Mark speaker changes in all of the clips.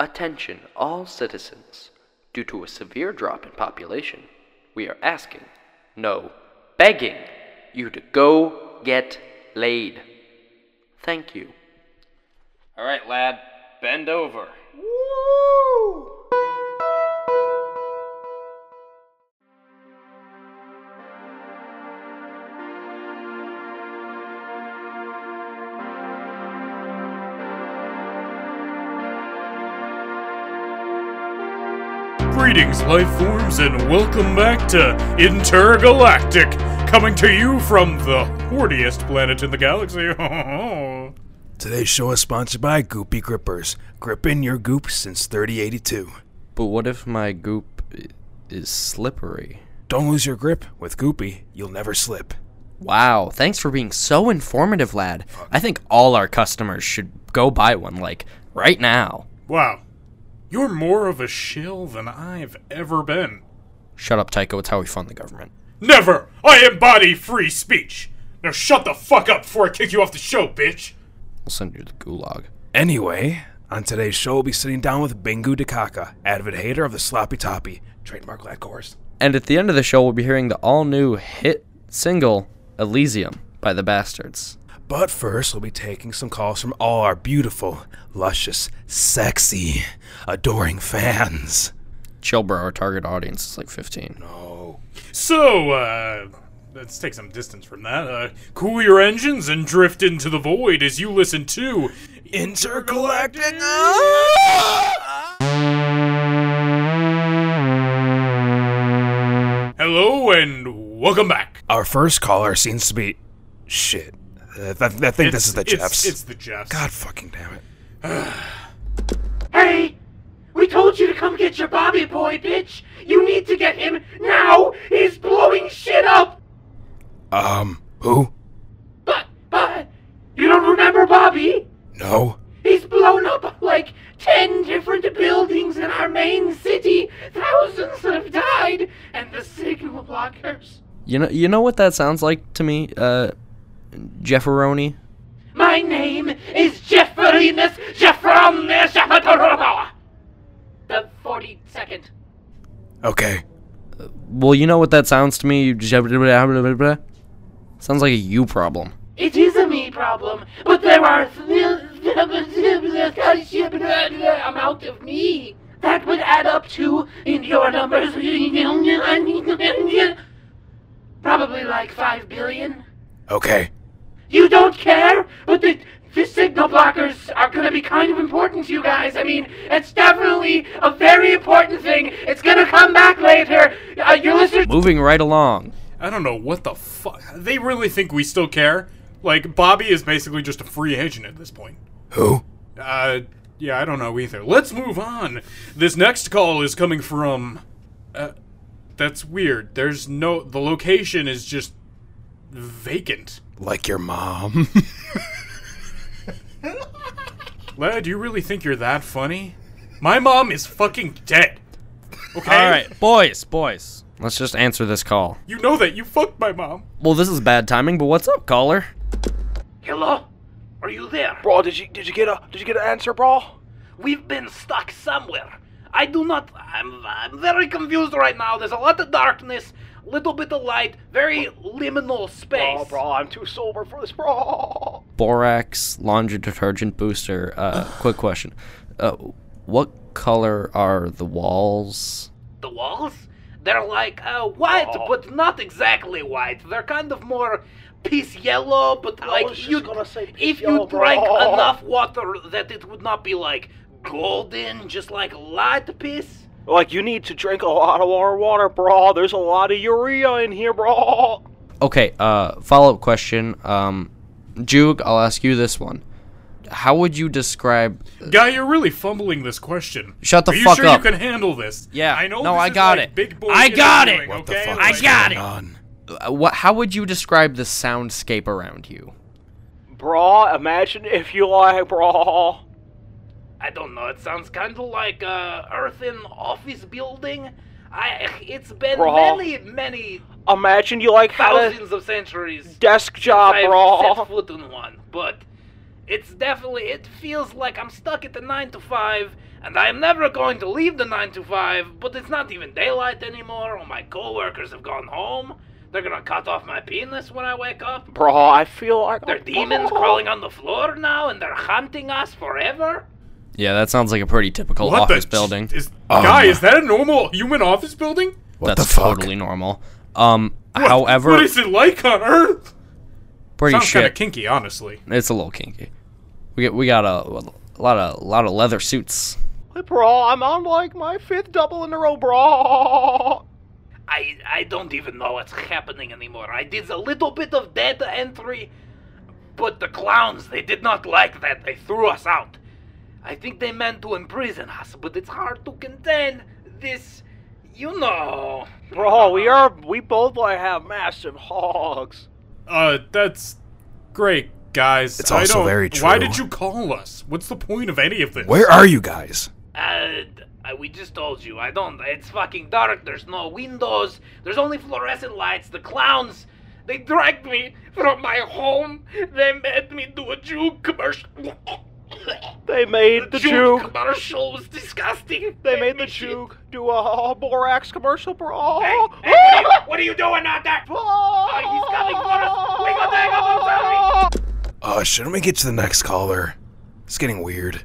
Speaker 1: Attention, all citizens. Due to a severe drop in population, we are asking, no, begging you to go get laid. Thank you.
Speaker 2: All right, lad, bend over.
Speaker 3: Greetings, life forms, and welcome back to Intergalactic, coming to you from the horniest planet in the galaxy.
Speaker 4: Today's show is sponsored by Goopy Grippers. Grip in your goop since 3082.
Speaker 5: But what if my goop i- is slippery?
Speaker 4: Don't lose your grip. With Goopy, you'll never slip.
Speaker 5: Wow, thanks for being so informative, lad. I think all our customers should go buy one, like, right now.
Speaker 3: wow, you're more of a shill than I've ever been.
Speaker 5: Shut up, Tycho, it's how we fund the government.
Speaker 3: Never! I embody free speech! Now shut the fuck up before I kick you off the show, bitch!
Speaker 5: I'll send you to the gulag.
Speaker 4: Anyway, on today's show, we'll be sitting down with Bingu Dakaka, avid hater of the Sloppy Toppy, trademark lad course.
Speaker 5: And at the end of the show, we'll be hearing the all new hit single, Elysium, by the Bastards.
Speaker 4: But first, we'll be taking some calls from all our beautiful, luscious, sexy, adoring fans.
Speaker 5: Chill, bro, our target audience is like 15.
Speaker 4: Oh.
Speaker 3: So, uh, let's take some distance from that. Uh, cool your engines and drift into the void as you listen to
Speaker 4: Intergalactic!
Speaker 3: Hello and welcome back.
Speaker 4: Our first caller seems to be. Shit. Uh, I, I think this is the
Speaker 3: it's-
Speaker 4: Jeffs.
Speaker 3: It's, the Jeffs.
Speaker 4: God fucking damn it.
Speaker 6: Hey! We told you to come get your Bobby boy, bitch! You need to get him now! He's blowing shit up!
Speaker 4: Um, who?
Speaker 6: But, but, you don't remember Bobby?
Speaker 4: No.
Speaker 6: He's blown up like 10 different buildings in our main city. Thousands have died, and the signal blockers.
Speaker 5: You know, you know what that sounds like to me, uh, Jefferoni?
Speaker 6: My name is Jefferinus Jeffronis Jeffataroba! The 42nd.
Speaker 4: Okay.
Speaker 5: Well, you know what that sounds to me, Jef- Sounds like a you problem.
Speaker 6: It is a me problem, but there are a amount of me that would add up to, in your numbers, probably like five billion.
Speaker 4: Okay.
Speaker 6: You don't care, but the, the signal blockers are gonna be kind of important to you guys. I mean, it's definitely a very important thing. It's gonna come back later. Uh, your listeners.
Speaker 5: Moving right along.
Speaker 3: I don't know what the fuck. They really think we still care? Like, Bobby is basically just a free agent at this point.
Speaker 4: Who?
Speaker 3: Uh, yeah, I don't know either. Let's move on. This next call is coming from. Uh, that's weird. There's no. The location is just vacant.
Speaker 4: Like your mom.
Speaker 3: Lad, you really think you're that funny? My mom is fucking dead. Okay?
Speaker 7: All right, boys, boys.
Speaker 5: Let's just answer this call.
Speaker 3: You know that. You fucked my mom.
Speaker 5: Well, this is bad timing, but what's up, caller?
Speaker 6: Hello? Are you there?
Speaker 8: Bro, did you did you get a did you get an answer, bro?
Speaker 6: We've been stuck somewhere. I do not. I'm, I'm very confused right now. There's a lot of darkness, little bit of light, very liminal space.
Speaker 8: Oh, bro, I'm too sober for this, bro.
Speaker 5: Borax laundry detergent booster. Uh, quick question. Uh, what color are the walls?
Speaker 6: The walls? They're like uh, white,
Speaker 8: Oh.
Speaker 6: but not exactly white. They're kind of more peace yellow, but like
Speaker 8: was just
Speaker 6: you,
Speaker 8: gonna say peace
Speaker 6: if
Speaker 8: yellow,
Speaker 6: you drank
Speaker 8: bro.
Speaker 6: enough water that it would not be like golden, just like light piece.
Speaker 8: Like you need to drink a lot of water, water, bro. There's a lot of urea in here, bro.
Speaker 5: Okay. Uh, follow-up question. Um, Juke, I'll ask you this one. How would you describe?
Speaker 3: Guy, you're really fumbling this question.
Speaker 5: Shut the
Speaker 3: Are you
Speaker 5: fuck
Speaker 3: sure
Speaker 5: up.
Speaker 3: you can handle this?
Speaker 5: Yeah.
Speaker 3: I know.
Speaker 5: No,
Speaker 3: this
Speaker 5: I
Speaker 3: is
Speaker 5: got
Speaker 3: like
Speaker 5: it.
Speaker 3: Big boy
Speaker 5: I got it.
Speaker 3: interviewing,
Speaker 4: what the
Speaker 3: okay?
Speaker 4: fuck?
Speaker 3: Like-
Speaker 4: is going On?
Speaker 5: Uh, what? How would you describe the soundscape around you?
Speaker 8: Bro, imagine if you like, bro.
Speaker 6: I don't know. It sounds kind of like a earthen office building. I it's been
Speaker 8: Bro.
Speaker 6: many many
Speaker 8: Imagine you like had a
Speaker 6: thousands of centuries
Speaker 8: desk
Speaker 6: since
Speaker 8: job,
Speaker 6: I've set
Speaker 8: bro.
Speaker 6: foot on one, but It's definitely, it feels like I'm stuck at the 9 to 5, and I am never going to leave the 9 to 5, but it's not even daylight anymore. All my coworkers have gone home. They're gonna cut off my penis when I wake up.
Speaker 8: Bro, I feel like
Speaker 6: There are
Speaker 8: Oh.
Speaker 6: demons crawling on the floor now, and they're hunting us forever.
Speaker 5: Yeah, that sounds like a pretty typical
Speaker 3: What
Speaker 5: office
Speaker 3: the
Speaker 5: building. Um,
Speaker 3: Is,
Speaker 4: Oh.
Speaker 3: guy, is that a normal human office building?
Speaker 4: What
Speaker 5: That's
Speaker 4: the fuck?
Speaker 5: totally normal. Um,
Speaker 3: What-
Speaker 5: however,
Speaker 3: what is it like on Earth?
Speaker 5: pretty
Speaker 3: Sounds kind of
Speaker 5: shit.
Speaker 3: kinky, honestly.
Speaker 5: It's a little kinky. We got we got a, a lot of lot of leather suits.
Speaker 8: Bro, I'm on like my fifth double in a row, bro.
Speaker 6: I I don't even know what's happening anymore. I did a little bit of data entry, but the clowns they did not like that. They threw us out. I think they meant to imprison us, but it's hard to contain this. You know, Uh-huh.
Speaker 8: Bro, we are we both like have massive hogs.
Speaker 3: Uh, that's great, guys.
Speaker 4: It's
Speaker 3: I
Speaker 4: also
Speaker 3: don't-
Speaker 4: very
Speaker 3: Why
Speaker 4: true.
Speaker 3: did you call us? What's the point of any of this?
Speaker 4: Where are you guys?
Speaker 6: Uh, I- we just told you. I don't. It's fucking dark. There's no windows. There's only fluorescent lights. The clowns. They dragged me from my home. They made me do a Jew commercial.
Speaker 8: They made the
Speaker 6: Jew
Speaker 8: juke.
Speaker 6: commercial was disgusting.
Speaker 8: They made the juke do a, borax commercial, bro.
Speaker 6: Hey, hey, what, are you, what are you doing out there?
Speaker 8: Oh,
Speaker 6: he's coming for us. We gotta take him, I'm sorry.
Speaker 4: Uh, shouldn't we get to the next caller? It's getting weird.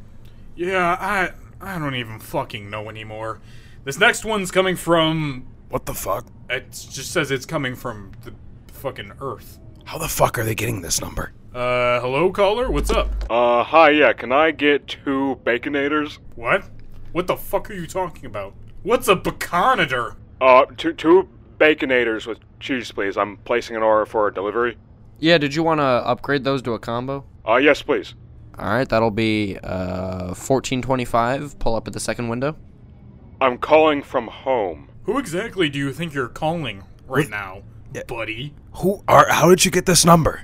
Speaker 3: Yeah, I I don't even fucking know anymore. This next one's coming from.
Speaker 4: What the fuck?
Speaker 3: It just says it's coming from the fucking Earth.
Speaker 4: How the fuck are they getting this number?
Speaker 3: Uh, hello, caller. What's up?
Speaker 9: Uh, hi, yeah, can I get two baconators?
Speaker 3: What? What the fuck are you talking about? What's a baconator?
Speaker 9: Uh, two, two baconators with cheese, please. I'm placing an order for delivery.
Speaker 5: Yeah, did you want to upgrade those to a combo?
Speaker 9: Uh, yes, please.
Speaker 5: All right, that'll be uh 1425. Pull up at the second window.
Speaker 9: I'm calling from home.
Speaker 3: Who exactly do you think you're calling right now, buddy?
Speaker 4: Who are? How did you get this number?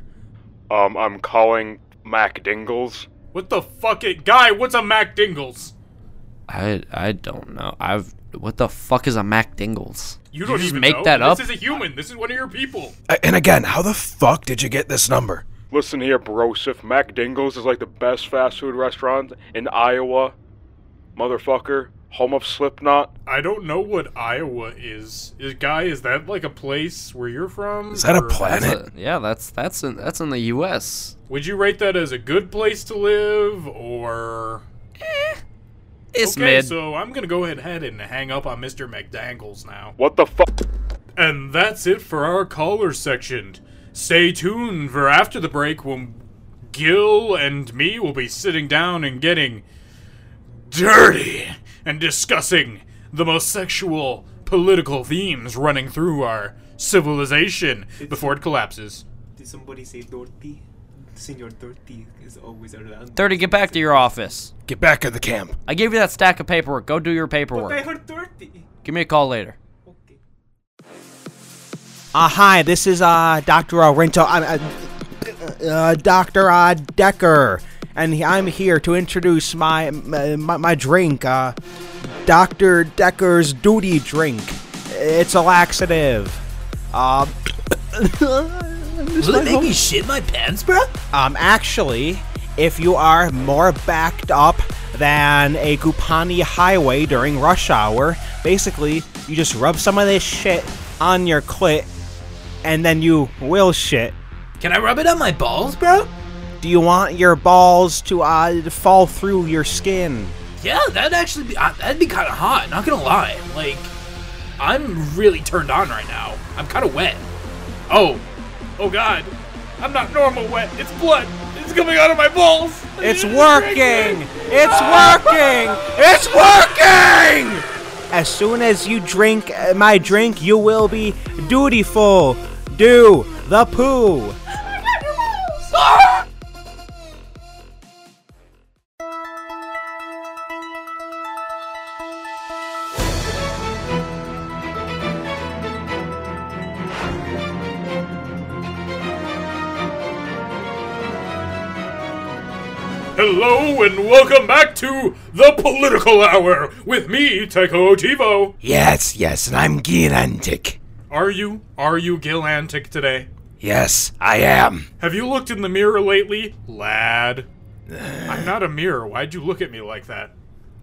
Speaker 9: Um, I'm calling Mac Dingles.
Speaker 3: What the fuck, it, guy? What's a Mac Dingles?
Speaker 5: I I don't know. I've what the fuck is a Mac Dingles?
Speaker 3: You don't
Speaker 5: just
Speaker 3: even
Speaker 5: make
Speaker 3: know.
Speaker 5: that up?
Speaker 3: This is a human. This is one of your people.
Speaker 4: A- And again, how the fuck did you get this number?
Speaker 9: Listen here, Brosif. Mac Dingles is like the best fast food restaurant in Iowa. Motherfucker. Home of Slipknot.
Speaker 3: I don't know what Iowa is. is. Guy, is that like a place where you're from?
Speaker 4: Is that a
Speaker 3: Or-
Speaker 4: planet?
Speaker 5: Uh, yeah, that's that's in, that's in the U.S.
Speaker 3: Would you rate that as a good place to live, or
Speaker 5: Eh, It's
Speaker 3: okay?
Speaker 5: mid.
Speaker 3: So Oh, I'm gonna go ahead and hang up on Mr. McDangles now.
Speaker 9: What the fuck?
Speaker 3: And that's it for our caller section. Stay tuned for after the break when Gil and me will be sitting down and getting dirty and discussing the most sexual political themes running through our civilization before it collapses.
Speaker 10: Did somebody say Dorothy? Senor Dorothy is always around.
Speaker 5: Thirty, get back to your office.
Speaker 4: Get back to the camp.
Speaker 5: I gave you that stack of paperwork. Go do your
Speaker 10: I
Speaker 5: paperwork.
Speaker 10: heard Dorothy!
Speaker 5: Give me a call later.
Speaker 10: Okay.
Speaker 11: Uh, hi, this is uh, Dr. Orento. I'm uh, uh, Dr. Uh, Decker, and he- I'm here to introduce my my, my my drink, uh, Dr. Decker's Duty Drink. It's a laxative. Uh,
Speaker 10: Will it make me shit my pants, bro?
Speaker 11: um, actually, if you are more backed up than a Gupani highway during rush hour, basically you just rub some of this shit on your clit, and then you will shit.
Speaker 10: Can I rub it on my balls, bro?
Speaker 11: Do you want your balls to uh, fall through your skin?
Speaker 10: Yeah, that'd actually be uh, that'd be kind of hot. Not gonna lie, like I'm really turned on right now. I'm kind of wet.
Speaker 3: Oh, oh God! I'm not normal wet. It's blood. It's coming out of my balls.
Speaker 11: It's working! It's working! It's working! As soon as you drink uh, my drink, you will be dutiful. Do the poo.
Speaker 3: Hello and welcome back to the Political Hour with me, Tycho Otivo.
Speaker 4: Yes, yes, and I'm Girantic.
Speaker 3: Are you? Are you Gilantic today?
Speaker 4: Yes, I am.
Speaker 3: Have you looked in the mirror lately, lad? I'm not a mirror. Why'd you look at me like that?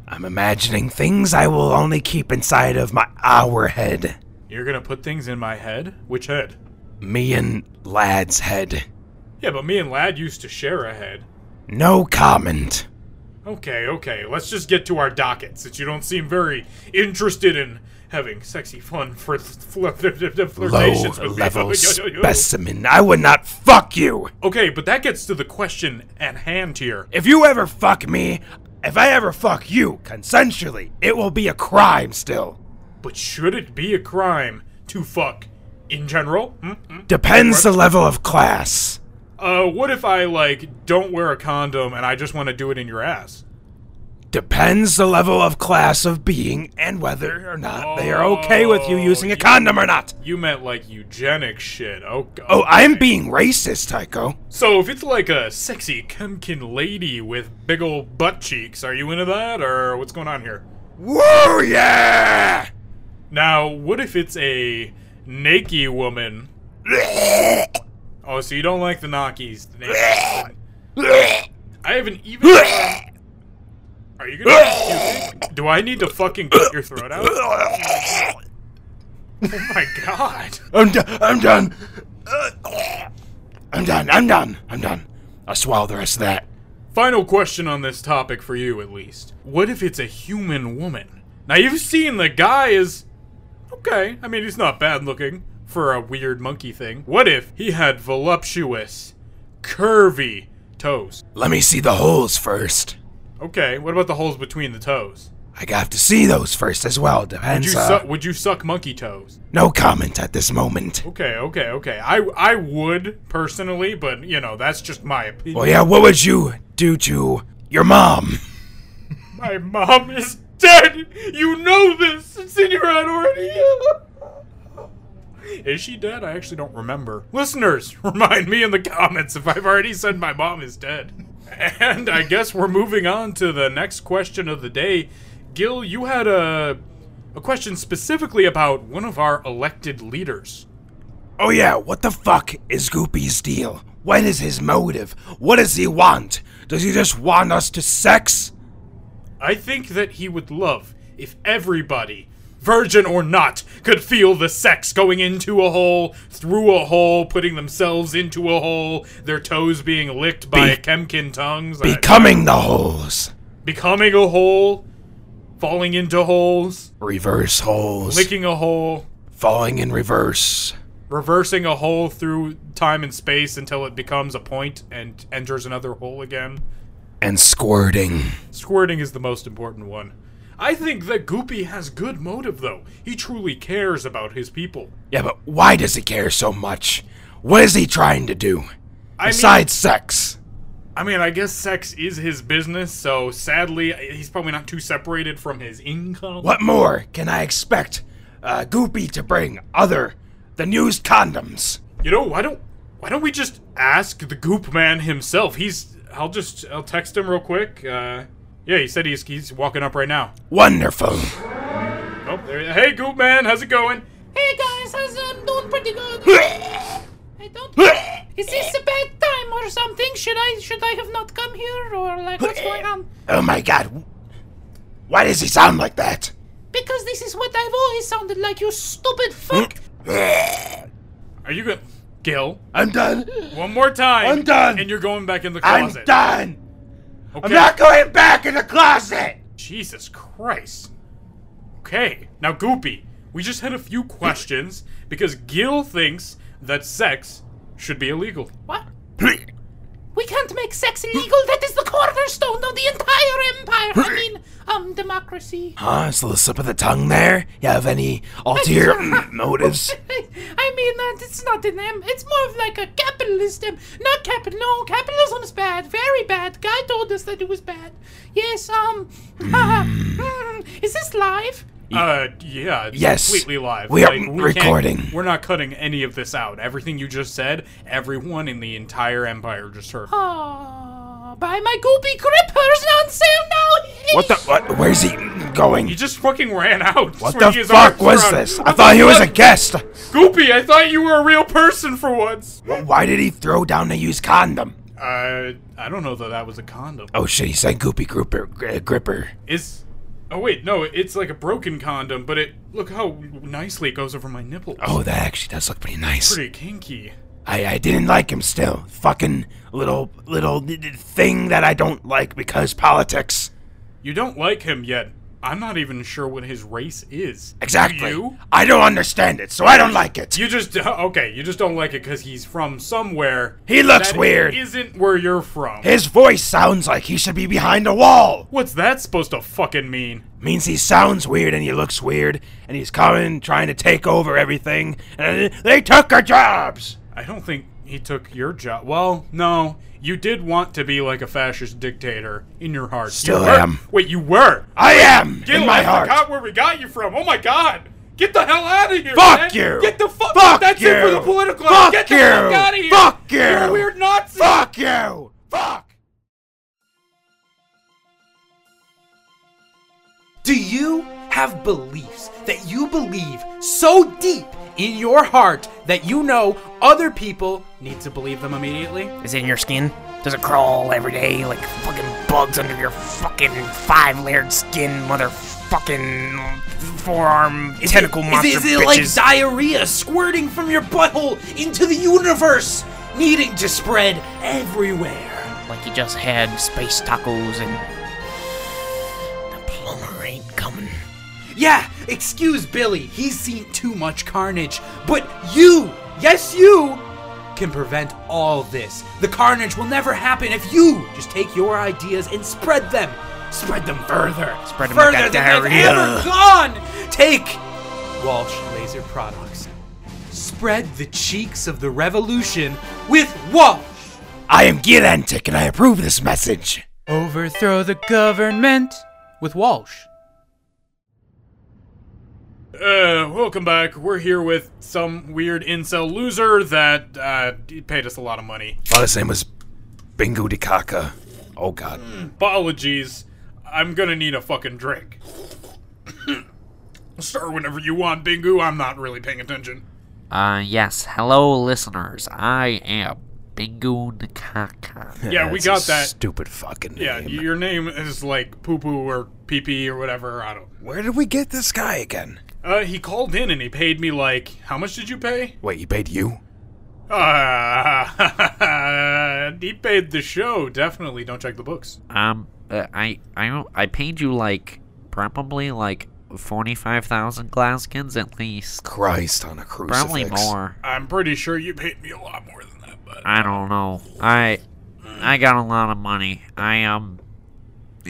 Speaker 4: I'm imagining things I will only keep inside of my our head.
Speaker 3: You're gonna put things in my head? Which head?
Speaker 4: Me and Lad's head.
Speaker 3: Yeah, but me and Lad used to share a head.
Speaker 4: No comment.
Speaker 3: Okay, okay, let's just get to our docket since you don't seem very interested in having sexy fun for fl- fl-
Speaker 4: Low
Speaker 3: flirtations with
Speaker 4: level
Speaker 3: me.
Speaker 4: specimen. I would not fuck you.
Speaker 3: Okay, but that gets to the question at hand here.
Speaker 4: If you ever fuck me, if I ever fuck you consensually, it will be a crime still.
Speaker 3: But should it be a crime to fuck in general? Hmm? Hmm?
Speaker 4: Depends the level of class.
Speaker 3: Uh, what if I like don't wear a condom and I just want to do it in your ass?
Speaker 4: Depends the level of class of being and whether or not they are okay with you using a condom or not.
Speaker 3: Oh, You meant like eugenic shit. Oh, God.
Speaker 4: Oh, I'm being racist, Tycho.
Speaker 3: So if it's like a sexy Kempkin lady with big old butt cheeks, are you into that or what's going on here?
Speaker 4: Woo, yeah!
Speaker 3: Now, what if it's a naked woman? oh, so you don't like the knockies. The naked woman. I haven't even. Are you gonna puke? Do I need to fucking cut your throat out? Oh my god.
Speaker 4: I'm done. I'm done. Uh, I'm done. I'm done. I'm done. I swallow the rest of that.
Speaker 3: Final question on this topic for you, at least. What if it's a human woman? Now, you've seen the guy is. Okay, I mean, he's not bad looking for a weird monkey thing. What if he had voluptuous, curvy toes?
Speaker 4: Let me see the holes first.
Speaker 3: Okay, what about the holes between the toes?
Speaker 4: I have to see those first as well.
Speaker 3: Would
Speaker 4: Depends.
Speaker 3: you,
Speaker 4: uh,
Speaker 3: suck? would you suck monkey toes?
Speaker 4: no comment at this moment.
Speaker 3: Okay, okay, okay. I, I would personally, but you know that's just my opinion.
Speaker 4: Well, Oh, yeah. What would you do to your mom?
Speaker 3: My mom is dead. You know this. It's in your head already. uh, Is she dead? I actually don't remember. Listeners, remind me in the comments if I've already said my mom is dead. And I guess we're moving on to the next question of the day. Gil, you had a a question specifically about one of our elected leaders.
Speaker 4: Oh yeah. What the fuck is Goopy's deal? What is his motive? What does he want? Does he just want us to sex?
Speaker 3: I think that he would love if everybody, virgin or not, could feel the sex going into a hole, through a hole, putting themselves into a hole, their toes being licked by
Speaker 4: Be-
Speaker 3: Kemkin tongues, I-
Speaker 4: Becoming the holes.
Speaker 3: becoming a hole, falling into holes,
Speaker 4: Reverse holes.
Speaker 3: licking a hole,
Speaker 4: falling in reverse.
Speaker 3: reversing a hole through time and space until it becomes a point and enters another hole again.
Speaker 4: And squirting.
Speaker 3: Squirting is the most important one. I think that Goopy has good motive, though. He truly cares about his people.
Speaker 4: Yeah, but why does he care so much? What is he trying to do?
Speaker 3: I mean-
Speaker 4: Besides sex.
Speaker 3: I mean, I guess sex is his business, so sadly, he's probably not too separated from his income.
Speaker 4: What more can I expect uh, Goopy to bring other than used condoms?
Speaker 3: You know, why don't why don't we just ask the Goop Man himself? He's. I'll just I'll text him real quick. Uh, yeah, he said he's he's walking up right now.
Speaker 4: Wonderful.
Speaker 3: Oh, there, hey Goop Man, how's it going?
Speaker 12: Hey guys, how's it doing? Pretty good. I don't. Is this a bad time or something? Should I should I have not come here or like what's going on?
Speaker 4: Oh my god. Why does he sound like that?
Speaker 12: Because this is what I've always sounded like. You stupid fuck.
Speaker 3: Are you good, Gil?
Speaker 4: I'm done.
Speaker 3: One more time.
Speaker 4: I'm done.
Speaker 3: And you're going back in the
Speaker 4: I'm
Speaker 3: closet.
Speaker 4: done.
Speaker 3: Okay.
Speaker 4: I'm not going back in the closet.
Speaker 3: Jesus Christ. Okay, now Goopy, we just had a few questions because Gil thinks that sex should be illegal.
Speaker 12: What? We can't make sex illegal. That is the cornerstone of the entire empire. I mean, um, democracy.
Speaker 4: Huh? It's a little slip of the tongue there. You have any ulterior mm, motives?
Speaker 12: I mean, uh, it's not an M. It's more of like a capitalist M. Not capital. No, capitalism's bad. Very bad. Guy told us that it was bad. Yes. Um. mm, is this live?
Speaker 3: Uh, yeah, it's
Speaker 4: Yes.
Speaker 3: completely live.
Speaker 4: We are
Speaker 3: we can't-
Speaker 4: recording.
Speaker 3: We're not cutting any of this out. Everything you just said, everyone in the entire empire just heard.
Speaker 12: Ah, buy my goopy grippers on sale now.
Speaker 4: What the? What? Where's he
Speaker 3: He
Speaker 4: going?
Speaker 3: just fucking ran out.
Speaker 4: What
Speaker 3: swinging
Speaker 4: the
Speaker 3: his
Speaker 4: fuck
Speaker 3: arms
Speaker 4: was
Speaker 3: around.
Speaker 4: this? I
Speaker 3: What
Speaker 4: thought
Speaker 3: the
Speaker 4: he was a
Speaker 3: fuck?
Speaker 4: guest.
Speaker 3: Goopy, I thought you were a real person for once.
Speaker 4: Why did he throw down the used condom?
Speaker 3: I I don't know that that was a condom.
Speaker 4: Oh shit, he said Goopy Gripper. gri- gripper.
Speaker 3: It's oh wait no, it's like a broken condom, but it look how nicely it goes over my nipples.
Speaker 4: Oh, that actually does look pretty nice.
Speaker 3: Pretty kinky.
Speaker 4: I, I didn't like him still. Fucking little little d- d- thing that I don't like because politics.
Speaker 3: You don't like him yet. I'm not even sure what his race is.
Speaker 4: Exactly.
Speaker 3: You?
Speaker 4: I don't understand it, so I don't like it.
Speaker 3: You just okay. You just don't like it because he's from somewhere.
Speaker 4: He looks
Speaker 3: that
Speaker 4: weird.
Speaker 3: Isn't where you're from.
Speaker 4: His voice sounds like he should be behind a wall.
Speaker 3: What's that supposed to fucking mean?
Speaker 4: Means he sounds weird and he looks weird and he's coming trying to take over everything and they took our jobs.
Speaker 3: I don't think he took your job. Well, no, you did want to be like a fascist dictator in your heart. You
Speaker 4: Still
Speaker 3: were-
Speaker 4: am.
Speaker 3: Wait, you were.
Speaker 4: I am
Speaker 3: Gil,
Speaker 4: in my
Speaker 3: I
Speaker 4: heart.
Speaker 3: forgot where we got you from. Oh my god. Get the hell out of here.
Speaker 4: Fuck
Speaker 3: man.
Speaker 4: you.
Speaker 3: Get the fuck.
Speaker 4: Fuck
Speaker 3: That's it for
Speaker 4: you.
Speaker 3: the political.
Speaker 4: Fuck
Speaker 3: Get
Speaker 4: you.
Speaker 3: the fuck out of here.
Speaker 4: Fuck you.
Speaker 3: You're a weird Nazi.
Speaker 4: Fuck you. Fuck.
Speaker 13: Do you have beliefs that you believe so deep in your heart that you know other people need to believe them immediately?
Speaker 14: Is it in your skin? Does it crawl every day like fucking bugs under your fucking five layered skin, motherfucking forearm
Speaker 13: Is it-
Speaker 14: tentacle monster
Speaker 13: Is it, is it like
Speaker 14: bitches?
Speaker 13: diarrhea squirting from your butthole into the universe, needing to spread everywhere?
Speaker 14: like you just had space tacos and the plumber ain't coming.
Speaker 13: Yeah, excuse Billy, he's seen too much carnage. But you, yes, you, can prevent all this. The carnage will never happen if you just take your ideas and spread them. Spread them further.
Speaker 14: Spread 'em like
Speaker 13: further
Speaker 14: that
Speaker 13: than they've
Speaker 14: diarrhea.
Speaker 13: ever gone. Take Walsh Laser Products. Spread the cheeks of the revolution with Walsh.
Speaker 4: I am Girantic and I approve this message.
Speaker 13: Overthrow the government with Walsh.
Speaker 3: Uh, welcome back. We're here with some weird incel loser that uh paid us a lot of money.
Speaker 4: Well, his name was Bingo Dikaka. Oh god.
Speaker 3: Apologies. I'm gonna need a fucking drink. Start whenever you want, Bingu. I'm not really paying attention.
Speaker 15: Uh, yes. Hello, listeners. I am Bingo Nakaka.
Speaker 3: Yeah, we got that.
Speaker 4: Stupid fucking.
Speaker 3: Yeah, your name is like poo poo or pee pee or whatever. I don't.
Speaker 4: Where did we get this guy again?
Speaker 3: Uh, he called in and he paid me like how much did you pay?
Speaker 4: Wait, he paid you?
Speaker 3: Uh, he paid the show. Definitely don't check the books.
Speaker 15: Um, uh, I, I, don't- I paid you like probably like forty-five thousand glaskins at least.
Speaker 4: Christ on a
Speaker 15: Probably
Speaker 4: crucifix.
Speaker 15: more.
Speaker 3: I'm pretty sure you paid me a lot more. Than
Speaker 15: I don't know. I, I got a lot of money. I um,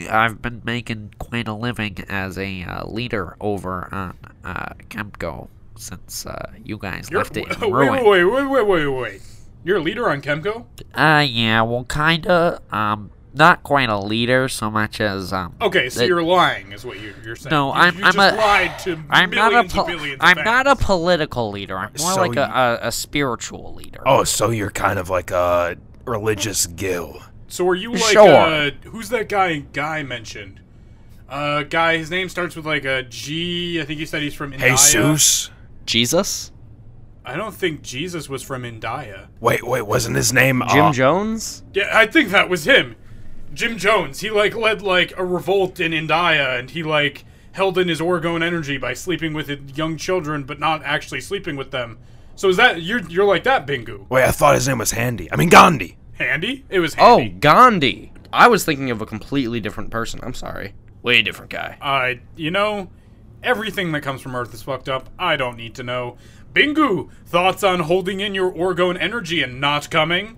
Speaker 15: I've been making quite a living as a uh, leader over on uh Kempco since uh you guys left it in ruin.
Speaker 3: wait, wait, wait, wait, wait, wait. You're a leader on Chemco?
Speaker 15: Uh, yeah, well, kinda. Um, not quite a leader so much as um.
Speaker 3: Okay, so
Speaker 15: that-
Speaker 3: you're lying, is what you, you're saying.
Speaker 15: No,
Speaker 3: You-
Speaker 15: I'm.
Speaker 3: you
Speaker 15: I'm
Speaker 3: just
Speaker 15: a.
Speaker 3: lied to
Speaker 15: I'm not a.
Speaker 3: millions
Speaker 15: pol-
Speaker 3: and billions
Speaker 15: I'm
Speaker 3: of
Speaker 15: not a political leader. I'm more
Speaker 4: So
Speaker 15: like
Speaker 4: you-
Speaker 15: a, a, a spiritual leader.
Speaker 4: Oh, so you're kind of like a religious gill.
Speaker 3: So are you like
Speaker 4: Sure.
Speaker 3: uh, who's that guy? Guy mentioned. Uh, guy. His name starts with like a G. I think you said he's from India.
Speaker 4: Jesus?
Speaker 5: Jesus?
Speaker 3: I don't think Jesus was from India.
Speaker 4: Wait, wait, wasn't his name
Speaker 5: Jim
Speaker 4: uh,
Speaker 5: Jones?
Speaker 3: Yeah, I think that was him. Jim Jones. He like led like a revolt in India, and he like held in his Oregon energy by sleeping with uh, young children, but not actually sleeping with them. So is that you're you're like that, Bingu?
Speaker 4: Wait, I thought his name was Handy. I mean Gandhi.
Speaker 3: Handy? It was.
Speaker 5: Oh, Gandhi. I was thinking of a completely different person. I'm sorry. Way different guy.
Speaker 3: I you know, everything that comes from Earth is fucked up. I don't need to know. Bingu, thoughts on holding in your Oregon energy and not coming?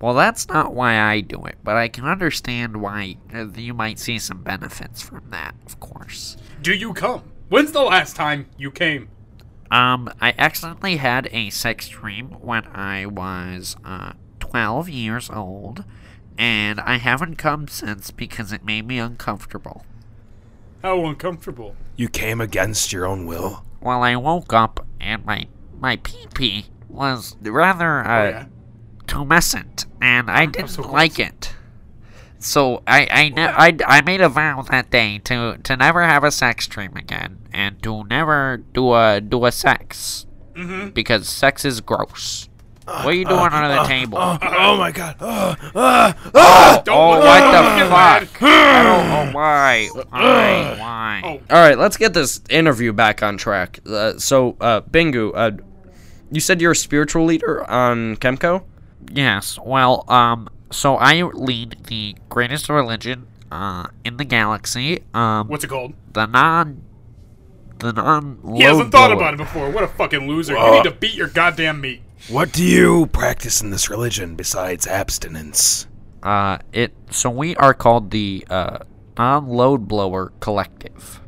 Speaker 15: Well, that's not why I do it, but I can understand why uh, you might see some benefits from that, of course.
Speaker 3: Do you come? When's the last time you came?
Speaker 15: Um, I accidentally had a sex dream when I was uh, 12 years old, and I haven't come since because it made me uncomfortable.
Speaker 3: How uncomfortable.
Speaker 4: You came against your own will.
Speaker 15: Well, I woke up and my my pee pee was rather uh, tumescent, and I didn't like it. So I I, ne- I I made a vow that day to to never have a sex dream again, and to never do a do a sex
Speaker 3: Mhm.
Speaker 15: because sex is gross. What are you doing under the table?
Speaker 4: Oh, oh my god. Oh, oh, oh,
Speaker 15: oh what the fuck? I don't know why. Why? Why?
Speaker 5: All right, let's get this interview back on track. Uh, so, uh, Bingu, uh, you said you're a spiritual leader on Chemco?
Speaker 15: Yes. Well, um, so I lead the greatest religion uh, in the galaxy. Um,
Speaker 3: What's it called?
Speaker 15: The non. The non.
Speaker 3: He hasn't thought about it before. What a fucking loser. You need to beat your goddamn meat.
Speaker 4: Uh, What do you practice in this religion besides abstinence?
Speaker 15: Uh, it. So we are called the uh, non load blower collective.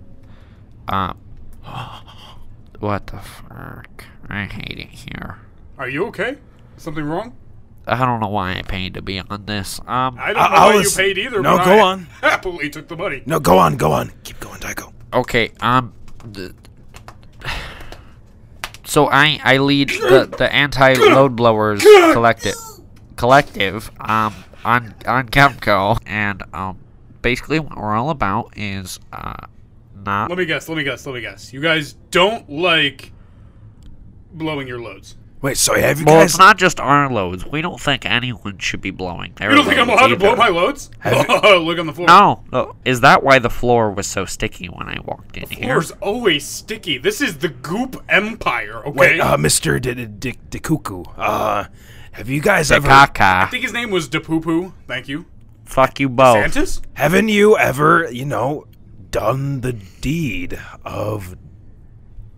Speaker 15: Um. What the fuck? I hate it here.
Speaker 3: Are you okay? Something wrong?
Speaker 15: I don't know why I paid to be on this. Um.
Speaker 3: I don't know
Speaker 4: I- I
Speaker 3: why
Speaker 4: was-
Speaker 3: you paid either.
Speaker 4: No,
Speaker 3: but
Speaker 4: go
Speaker 3: I
Speaker 4: on.
Speaker 3: Happily took the money.
Speaker 4: No, go on, go on. Keep going, Tycho.
Speaker 15: Okay. Um. The, so I I lead the the anti load blowers collective collective um on on Capco and um basically what we're all about is uh not
Speaker 3: Let me guess. Let me guess. Let me guess. You guys don't like blowing your loads.
Speaker 4: Wait, so have you
Speaker 15: well,
Speaker 4: guys
Speaker 15: it's not just our loads. We don't think anyone should be blowing their
Speaker 3: You don't think I'm
Speaker 15: loads
Speaker 3: allowed to blow
Speaker 15: either.
Speaker 3: my loads? Look on the floor.
Speaker 15: No, no. Is that why the floor was so sticky when I walked in here?
Speaker 3: Floor's always sticky. This is the goop empire. Okay.
Speaker 4: Wait, uh, Mr. D- D- Dick DeCuckoo, uh, have you guys ever...
Speaker 3: I think his name was DePoopoo. Thank you.
Speaker 15: Fuck you both.
Speaker 3: DeSantis?
Speaker 4: Haven't you ever, you know, done the deed of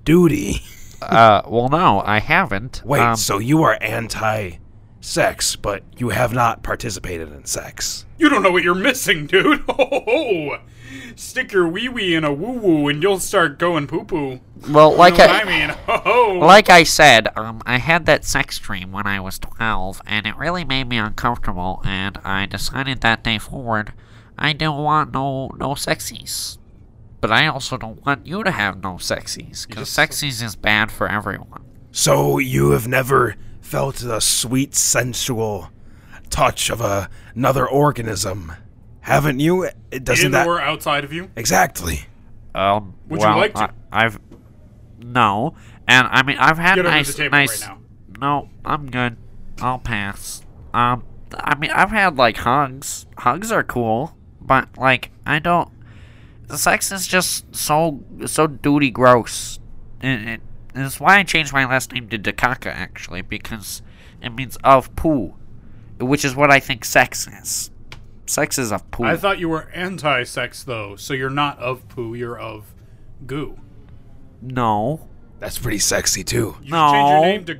Speaker 4: duty?
Speaker 15: Uh, well, no, I haven't.
Speaker 4: Wait,
Speaker 15: Um,
Speaker 4: so you are anti-sex, but you have not participated in sex.
Speaker 3: You don't know what you're missing, dude. Oh, stick your wee wee in a woo woo and you'll start going poo poo.
Speaker 15: Well, like
Speaker 3: I,
Speaker 15: I-
Speaker 3: mean, oh,
Speaker 15: Like I said, um, I had that sex dream when I was 12, and it really made me uncomfortable, and I decided that day forward, I don't want no, no sexies. But I also don't want you to have no sexies, because sexies is bad for everyone.
Speaker 4: So you have never felt the sweet, sensual touch of a, another organism, haven't you? It doesn't
Speaker 3: in
Speaker 4: that
Speaker 3: or outside of you.
Speaker 4: exactly?
Speaker 15: Um,
Speaker 3: Would you
Speaker 15: well,
Speaker 3: like to?
Speaker 15: I, have no, and I mean I've had
Speaker 3: Get under the
Speaker 15: nice,
Speaker 3: table right
Speaker 15: nice. No, I'm good. I'll pass. Um, I mean I've had like hugs. Hugs are cool, but like I don't. Sex is just so so duty gross. It, it, it's why I changed my last name to Dakaka actually because it means of poo, which is what I think sex is. Sex is of poo.
Speaker 3: I thought you were anti-sex though, so you're not of poo. You're of goo.
Speaker 15: no.
Speaker 4: That's pretty sexy too.
Speaker 3: You should change
Speaker 15: No.
Speaker 3: your name to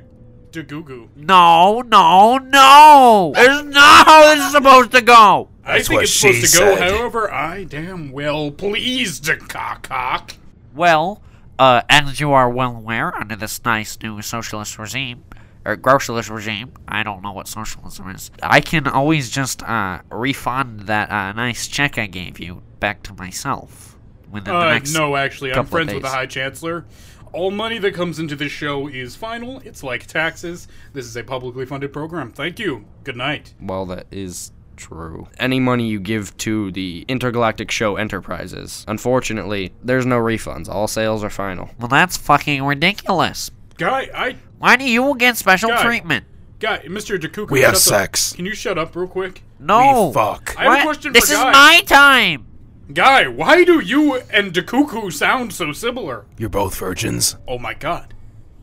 Speaker 3: to goo goo.
Speaker 15: No, no, no! It's not how this is supposed to go!
Speaker 3: I think it's supposed to go. However, I damn well pleased to cock cock.
Speaker 15: Well, uh, as you are well aware, under this nice new socialist regime, or grocerless regime, I don't know what socialism is, I can always just uh, refund that uh, nice check I gave you back to myself. Within the
Speaker 3: Uh,
Speaker 15: next
Speaker 3: no, actually, I'm
Speaker 15: couple of
Speaker 3: friends with the
Speaker 15: days.
Speaker 3: High Chancellor. All money that comes into this show is final. It's like taxes. This is a publicly funded program. Thank you. Good night.
Speaker 5: Well, that is true. Any money you give to the Intergalactic Show Enterprises, unfortunately, there's no refunds. All sales are final.
Speaker 15: Well, that's fucking ridiculous.
Speaker 3: Guy, I
Speaker 15: Why do you get special
Speaker 3: Guy.
Speaker 15: treatment?
Speaker 3: guy, Mr. Jakuka.
Speaker 4: We
Speaker 3: shut
Speaker 4: have
Speaker 3: the-
Speaker 4: sex.
Speaker 3: Can you shut up real quick?
Speaker 15: No!
Speaker 4: We fuck.
Speaker 3: I have
Speaker 15: What?
Speaker 3: a question
Speaker 15: this
Speaker 3: for
Speaker 15: is
Speaker 3: Guy.
Speaker 15: my time!
Speaker 3: Guy, why do you and Jakuku sound so similar?
Speaker 4: You're both virgins.
Speaker 3: Oh my god.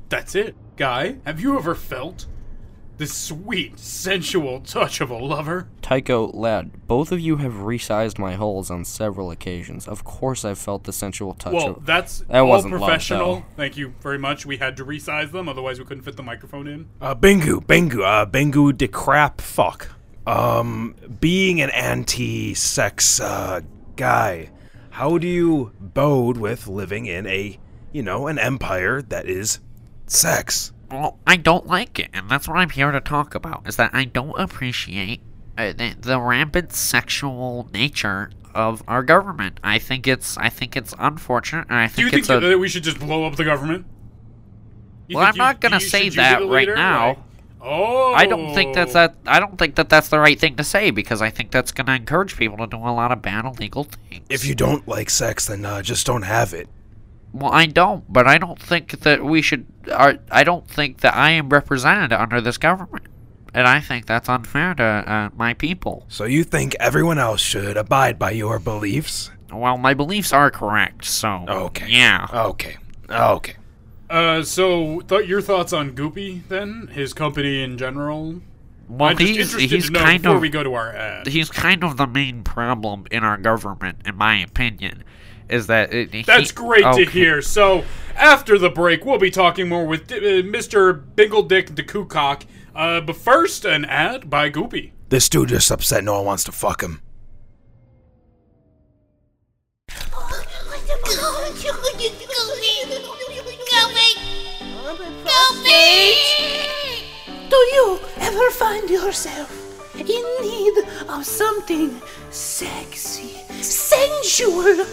Speaker 3: That's it. Guy, have you ever felt the sweet, sensual touch of a lover?
Speaker 5: Tycho, lad, both of you have resized my holes on several occasions. Of course, I've felt the sensual touch.
Speaker 3: Well,
Speaker 5: of-
Speaker 3: that's
Speaker 5: that
Speaker 3: all
Speaker 5: wasn't love,
Speaker 3: professional.
Speaker 5: though.
Speaker 3: Thank you very much. We had to resize them, otherwise we couldn't fit the microphone in.
Speaker 4: Uh, Bengu, Bengu, uh, Bengu de crap fuck. Um, being an anti-sex, uh, guy, how do you bode with living in a, you know, an empire that is sex?
Speaker 15: well, I don't like it, and that's what I'm here to talk about. Is that I don't appreciate uh, the, the rampant sexual nature of our government. I think it's I think it's unfortunate, and I
Speaker 3: Do
Speaker 15: think
Speaker 3: you think
Speaker 15: it's a.
Speaker 3: that we should just blow up the government? You
Speaker 15: well,
Speaker 3: think
Speaker 15: I'm
Speaker 3: you-
Speaker 15: not gonna
Speaker 3: you-
Speaker 15: say
Speaker 3: should you be
Speaker 15: that
Speaker 3: the
Speaker 15: right
Speaker 3: leader?
Speaker 15: now.
Speaker 3: Like, oh,
Speaker 15: I don't think that's that. I don't think that that's the right thing to say because I think that's gonna encourage people to do a lot of bad illegal things.
Speaker 4: If you don't like sex, then, uh, just don't have it.
Speaker 15: Well, I don't, but I don't think that we should. Are, I don't think that I am represented under this government, and I think that's unfair to uh, my people.
Speaker 4: So you think everyone else should abide by your beliefs?
Speaker 15: Well, my beliefs are correct, so
Speaker 4: okay.
Speaker 15: Yeah.
Speaker 4: Okay. Okay.
Speaker 3: Uh, so th- your thoughts on Goopy then? His company in general.
Speaker 15: Well,
Speaker 3: I'm just
Speaker 15: he's,
Speaker 3: interested
Speaker 15: he's
Speaker 3: to know
Speaker 15: kind
Speaker 3: before
Speaker 15: of
Speaker 3: we go to our ad.
Speaker 15: He's kind of the main problem in our government, in my opinion, is that it, he-
Speaker 3: That's great
Speaker 15: okay.
Speaker 3: to hear. So, after the break, we'll be talking more with uh, Mr. Bingle Dick the Coocock. Uh, but first, an ad by Goopy.
Speaker 4: This dude just upset no one wants to fuck him.
Speaker 12: Do you ever find yourself in need of something sexy, sensual,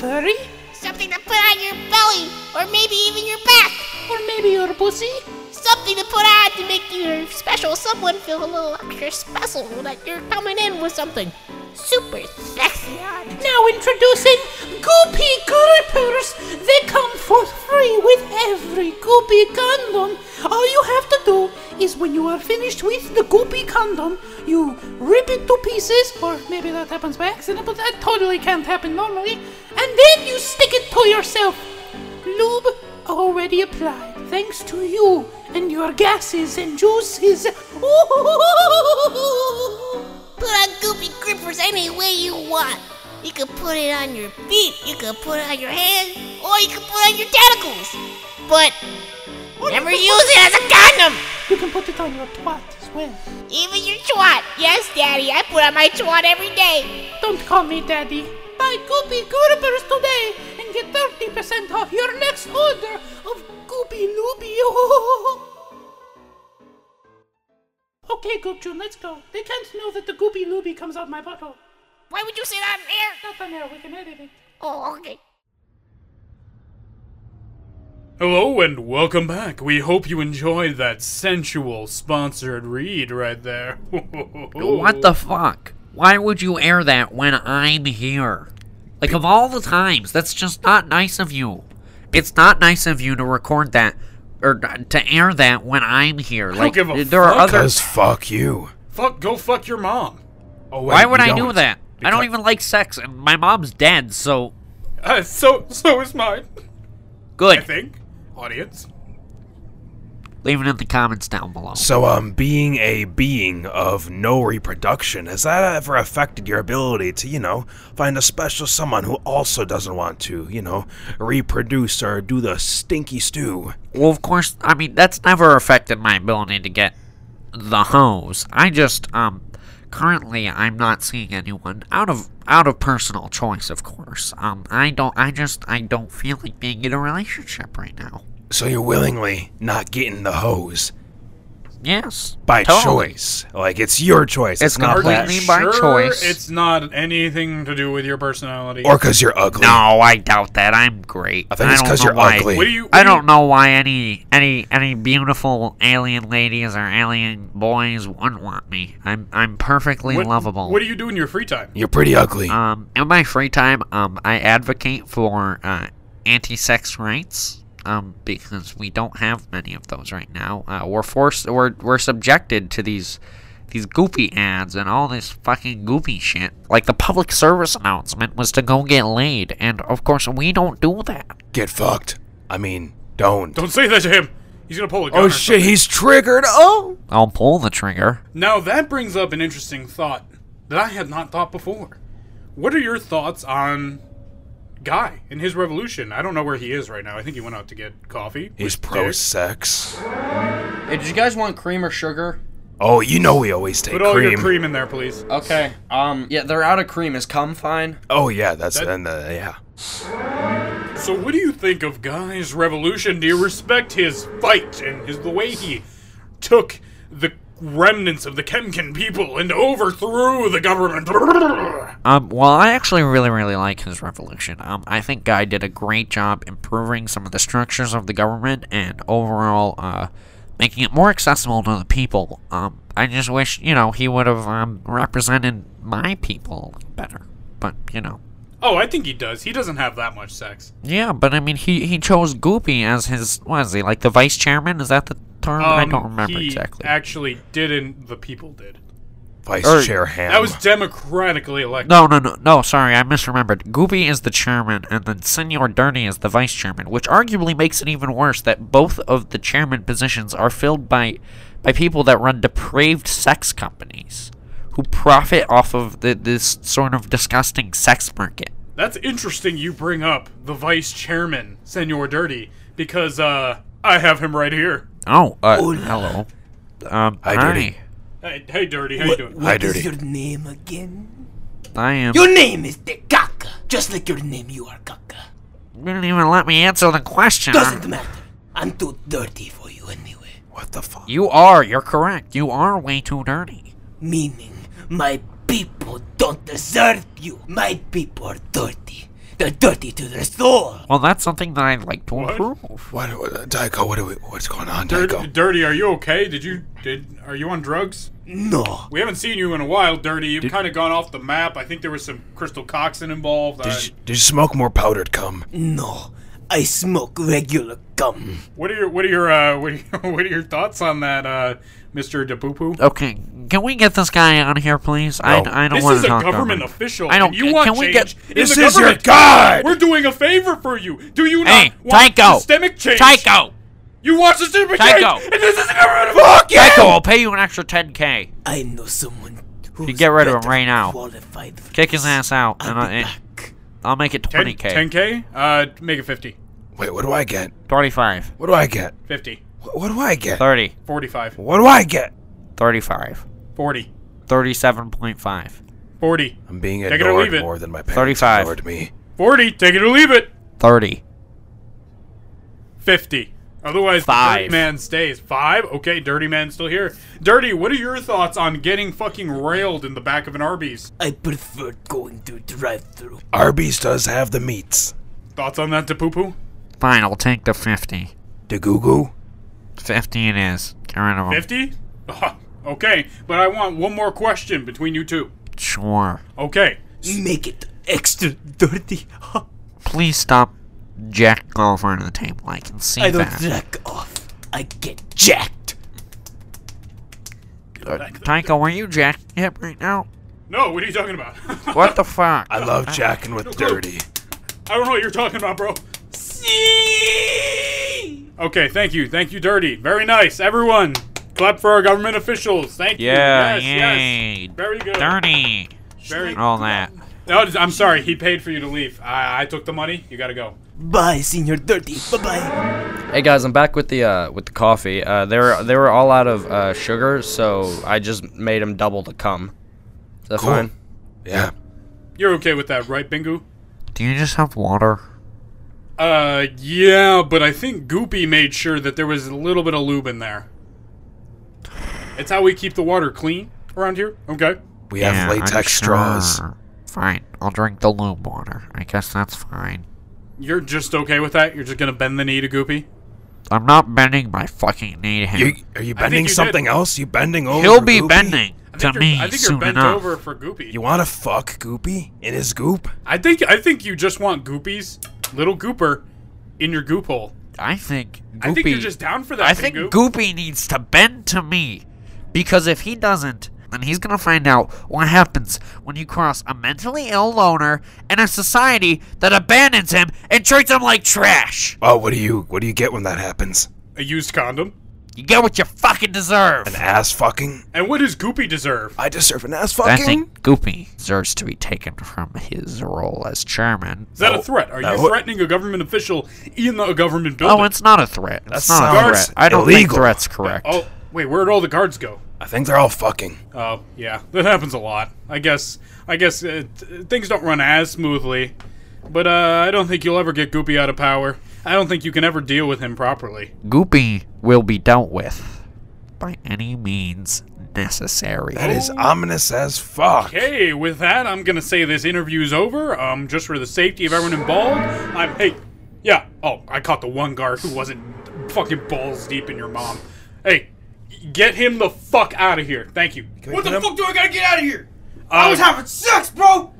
Speaker 12: furry?
Speaker 16: Something to put on your belly, or maybe even your back,
Speaker 12: or maybe your pussy.
Speaker 16: Something to put on to make your special someone feel a little extra special that you're coming in with something super sexy on.
Speaker 12: Now introducing Goopy Grippers. They come for free with every Goopy condom. All you have to do is when you are finished with the Goopy condom, you rip it to pieces, or maybe that happens by accident, but that totally can't happen normally, and then you stick it to yourself. Lube already applied, thanks to you and your gases and juices.
Speaker 16: Put on goopy grippers any way you want. You can put it on your feet, you can put it on your hands, or you can put it on your tentacles. But never use it as a condom!
Speaker 12: You can put it on your twat as well.
Speaker 16: Even your twat. Yes, Daddy, I put on my twat every day.
Speaker 12: Don't call me Daddy. Buy Goopy Goopers today and get 30% off your next order of Goopy Looby. okay, Goopchun, let's go. They can't know that the Goopy Looby comes out my butthole.
Speaker 16: Why would you say that on air?
Speaker 12: Not on air, we can edit it.
Speaker 16: Oh, okay.
Speaker 3: Hello and welcome back. We hope you enjoyed that sensual sponsored read right there.
Speaker 15: What the fuck? Why would you air that when I'm here? Like, of all the times, that's just not nice of you. It's not nice of you to record that or to air that when I'm here. Like,
Speaker 3: give a
Speaker 15: there are
Speaker 3: fuck.
Speaker 15: other.
Speaker 4: Cause fuck you.
Speaker 3: Fuck, go fuck your mom.
Speaker 4: Oh,
Speaker 15: Why would I do that? I don't even like sex, and my mom's dead, so.
Speaker 3: Uh, so, so is mine.
Speaker 15: Good.
Speaker 3: I think. Audience.
Speaker 15: Leave it in the comments down below.
Speaker 4: So, um, being a being of no reproduction, has that ever affected your ability to, you know, find a special someone who also doesn't want to, you know, reproduce or do the stinky stew?
Speaker 15: Well, of course, I mean, that's never affected my ability to get the hose. I just, um, currently I'm not seeing anyone out of, out of personal choice, of course. Um, I don't, I just, I don't feel like being in a relationship right now.
Speaker 4: So you're willingly not getting the hose
Speaker 15: Yes.
Speaker 4: by
Speaker 15: totally.
Speaker 4: choice. Like, it's your choice.
Speaker 15: It's
Speaker 4: not that-
Speaker 15: completely by
Speaker 3: Sure,
Speaker 15: choice.
Speaker 3: It's not anything to do with your personality.
Speaker 4: Or because you're ugly.
Speaker 15: No, I doubt that. I'm great.
Speaker 4: I think it's
Speaker 15: don't
Speaker 4: 'cause
Speaker 15: know
Speaker 4: you're
Speaker 15: why-
Speaker 4: ugly. What do you-
Speaker 15: I don't know why any any any beautiful alien ladies or alien boys wouldn't want me. I'm I'm perfectly
Speaker 3: What-
Speaker 15: lovable.
Speaker 3: What do you do in your free time?
Speaker 4: You're pretty ugly.
Speaker 15: Um, in my free time, um, I advocate for uh, anti-sex rights. Um, because we don't have many of those right now. Uh, we're forced. We're we're subjected to these these goofy ads and all this fucking goofy shit. Like the public service announcement was to go get laid, and of course we don't do that.
Speaker 4: Get fucked. I mean, don't.
Speaker 3: Don't say that to him. He's gonna pull a gun.
Speaker 4: Oh
Speaker 3: or
Speaker 4: shit,
Speaker 3: something.
Speaker 4: he's triggered. Oh!
Speaker 15: I'll pull the trigger.
Speaker 3: Now that brings up an interesting thought that I had not thought before. What are your thoughts on Guy and his revolution? I don't know where he is right now. I think he went out to get coffee.
Speaker 4: He's pro sex.
Speaker 5: Hey, did you guys want cream or sugar?
Speaker 4: Oh, you know we always take
Speaker 3: Put all your
Speaker 4: cream.
Speaker 3: cream in there, please.
Speaker 5: Okay. Um. Yeah, they're out of cream. Is cum fine?
Speaker 4: Oh yeah, that's
Speaker 3: That-
Speaker 4: then the yeah.
Speaker 3: So, what do you think of Guy's revolution? Do you respect his fight and his the way he took the remnants of the Kemkin people and overthrew the government?
Speaker 15: Um, well, I actually really, really like his revolution. Um, I think Guy did a great job improving some of the structures of the government and overall, uh, making it more accessible to the people. Um, I just wish, you know, he would have, um, represented my people better. But, you know,
Speaker 3: Oh, I think he does. He doesn't have that much sex.
Speaker 15: Yeah, but I mean, he, he chose Goopy as his, what is he, like the vice chairman? Is that the term? I
Speaker 3: Um,
Speaker 15: don't remember
Speaker 3: he
Speaker 15: exactly.
Speaker 3: Actually, didn't the people did?
Speaker 4: Vice
Speaker 15: Or-
Speaker 4: Chair Ham.
Speaker 3: That was democratically elected.
Speaker 15: No, no, no, no, sorry, I misremembered. Goopy is the chairman, and then Senor Dirty is the vice chairman, which arguably makes it even worse that both of the chairman positions are filled by, by people that run depraved sex companies who profit off of the, this sort of disgusting sex market.
Speaker 3: That's interesting. You bring up the vice chairman, Senor Dirty, because uh, I have him right here.
Speaker 15: Oh, uh, hello. Um,
Speaker 4: Hi,
Speaker 15: hi,
Speaker 4: Dirty.
Speaker 3: Hey, hey, Dirty, how you doing?
Speaker 4: Hi, Dirty.
Speaker 17: Your name again?
Speaker 15: I am.
Speaker 17: Your name is Dekaka, just like your name you are.
Speaker 15: You didn't even let me answer the
Speaker 14: Uh-huh.
Speaker 15: question.
Speaker 17: Doesn't matter. I'm too dirty for you anyway.
Speaker 15: What the fuck? You are. You're correct. You are way too dirty.
Speaker 17: Meaning, my people don't deserve you. My people are dirty. They're dirty to their soul.
Speaker 15: Well, that's something that I'd like to
Speaker 3: What?
Speaker 15: improve.
Speaker 4: What, what uh, Daiko? What are we? What's going on,
Speaker 3: Dirty,
Speaker 4: Daiko?
Speaker 3: Dirty, are you okay? Did you did are you on drugs?
Speaker 17: No.
Speaker 3: We haven't seen you in a while, Dirty. You've kind of gone off the map. I think there was some crystal coxin involved. I-
Speaker 4: Did you smoke more powdered cum?
Speaker 17: No, I smoke regular gum.
Speaker 3: what are your what are your uh, what are your, what are your thoughts on that, uh, Mister Dapupu?
Speaker 15: Okay, can we get this guy on here, please?
Speaker 3: No.
Speaker 15: I, I don't
Speaker 3: This
Speaker 15: want
Speaker 3: is
Speaker 15: to
Speaker 3: a
Speaker 15: talk
Speaker 3: government
Speaker 15: over him.
Speaker 3: official.
Speaker 15: I don't.
Speaker 3: and you want
Speaker 15: can we
Speaker 3: change
Speaker 15: get?
Speaker 3: in the government. We're doing a favor for you. Do you
Speaker 15: Hey,
Speaker 3: not want
Speaker 15: Tycho.
Speaker 3: systemic change?
Speaker 15: Tycho.
Speaker 3: You want systemic
Speaker 15: Tycho.
Speaker 3: change, and this is a government
Speaker 15: Fuck you! Tycho, I'll pay you an extra 10k.
Speaker 17: I know someone.
Speaker 15: You get rid of him right now.
Speaker 17: qualified for
Speaker 15: Kick his ass out, and I, and I'll make it 20k.
Speaker 3: 10k. Uh, make it 50,
Speaker 4: Wait, what do I get?
Speaker 15: 25.
Speaker 4: What do I get?
Speaker 3: 50,
Speaker 4: What, what do I get?
Speaker 15: 30.
Speaker 3: 45,
Speaker 4: What do I get?
Speaker 15: 35.
Speaker 3: 40,
Speaker 15: 37.5.
Speaker 3: 40,
Speaker 4: I'm being
Speaker 3: Take it or
Speaker 4: ignored
Speaker 3: leave it.
Speaker 4: more than my parents
Speaker 15: 35.
Speaker 4: ignored me.
Speaker 3: 40. Take it or leave it.
Speaker 15: 30.
Speaker 3: 50. Otherwise, the
Speaker 15: Five.
Speaker 3: dirty man stays. Five? Okay, dirty man's still here. Dirty, what are your thoughts on getting fucking railed in the back of an Arby's?
Speaker 17: I prefer going through drive-through.
Speaker 4: Arby's does have the meats.
Speaker 3: Thoughts on that, Dapupu?
Speaker 15: Fine, I'll take the 50.
Speaker 4: The goo goo?
Speaker 15: 50 it is. Get rid of him.
Speaker 3: 50? Ah, okay, but I want one more question between you two.
Speaker 15: Sure.
Speaker 3: Okay.
Speaker 17: Make it extra dirty.
Speaker 15: Please stop jack off onto the table. I can see
Speaker 17: I don't
Speaker 15: that.
Speaker 17: jack off. I get jacked.
Speaker 15: Uh, Tycho, are you jacked up right now?
Speaker 3: No, what are you talking about?
Speaker 15: What the fuck?
Speaker 4: I love jacking with dirty.
Speaker 3: I don't know what you're talking about, bro. Okay, thank you. Thank you, Dirty. Very nice. Everyone, clap for our government officials. Thank
Speaker 15: Yeah,
Speaker 3: you. Yes,
Speaker 15: yay.
Speaker 3: yes. Very good.
Speaker 15: Dirty.
Speaker 3: Very
Speaker 15: All that.
Speaker 3: No, I'm sorry. He paid for you to leave. I, I took the money. You gotta go.
Speaker 17: Bye, Senior Dirty. Bye bye.
Speaker 5: Hey guys, I'm back with the uh, with the coffee. Uh, they were they were all out of uh, sugar, so I just made them double the cum. Is that
Speaker 4: Cool.
Speaker 5: fine?
Speaker 4: Yeah.
Speaker 3: You're okay with that, right, Bingu?
Speaker 15: Do you just have water?
Speaker 3: Uh, yeah, but I think Goopy made sure that there was a little bit of lube in there. It's how we keep the water clean around here. Okay.
Speaker 4: We have
Speaker 15: I'm
Speaker 4: latex straws.
Speaker 15: sure. uh, Fine, I'll drink the lube water. I guess that's fine.
Speaker 3: You're just okay with that? You're just gonna bend the knee to Goopy?
Speaker 15: I'm not bending my fucking knee to him.
Speaker 4: You, are you
Speaker 3: I think
Speaker 4: bending
Speaker 3: you did.
Speaker 4: something else? You bending over?
Speaker 15: He'll be
Speaker 4: Goopy?
Speaker 15: bending to
Speaker 3: you're-
Speaker 15: me
Speaker 3: I think you're
Speaker 15: soon
Speaker 3: bent
Speaker 15: enough.
Speaker 3: over for Goopy.
Speaker 4: You want to fuck Goopy in his goop?
Speaker 3: I think I think you just want Goopy's little gooper in your goop hole.
Speaker 15: I think Goopy.
Speaker 3: I think you're just down for that,
Speaker 15: I think
Speaker 3: Pingu.
Speaker 15: Goopy needs to bend to me, because if he doesn't, then he's gonna find out what happens when you cross a mentally ill loner and a society that abandons him and treats him like trash.
Speaker 4: Oh, what do you what do you get when that happens?
Speaker 3: A used condom.
Speaker 15: You get what you fucking deserve.
Speaker 4: An ass fucking?
Speaker 3: And what does Goopy deserve?
Speaker 4: I deserve an ass
Speaker 15: I
Speaker 4: fucking.
Speaker 15: think Goopy deserves to be taken from his role as chairman. Oh,
Speaker 3: Is that a threat? Are
Speaker 4: that
Speaker 3: you
Speaker 4: would-
Speaker 3: threatening a government official in a government building?
Speaker 15: Oh, it's not a threat. That's
Speaker 4: That
Speaker 15: not a
Speaker 4: sounds
Speaker 15: threat. I don't
Speaker 4: illegal.
Speaker 15: think threats correct.
Speaker 3: Oh, wait, where'd all the guards go?
Speaker 4: I think they're all fucking.
Speaker 3: Oh, yeah, that happens a lot. I guess, I guess uh, th- things don't run as smoothly, but uh, I don't think you'll ever get Goopy out of power. I don't think you can ever deal with him properly.
Speaker 15: Goopy will be dealt with by any means necessary.
Speaker 4: That is ominous as fuck.
Speaker 3: Okay, with that, I'm gonna say this interview's over. Um, just for the safety of everyone involved, I'm. Hey, yeah. Oh, I caught the one guard who wasn't fucking balls deep in your mom. Hey, get him the fuck out of here. Thank you.
Speaker 4: What the fuck
Speaker 3: do I gotta get out of here?
Speaker 12: I was having sex, bro.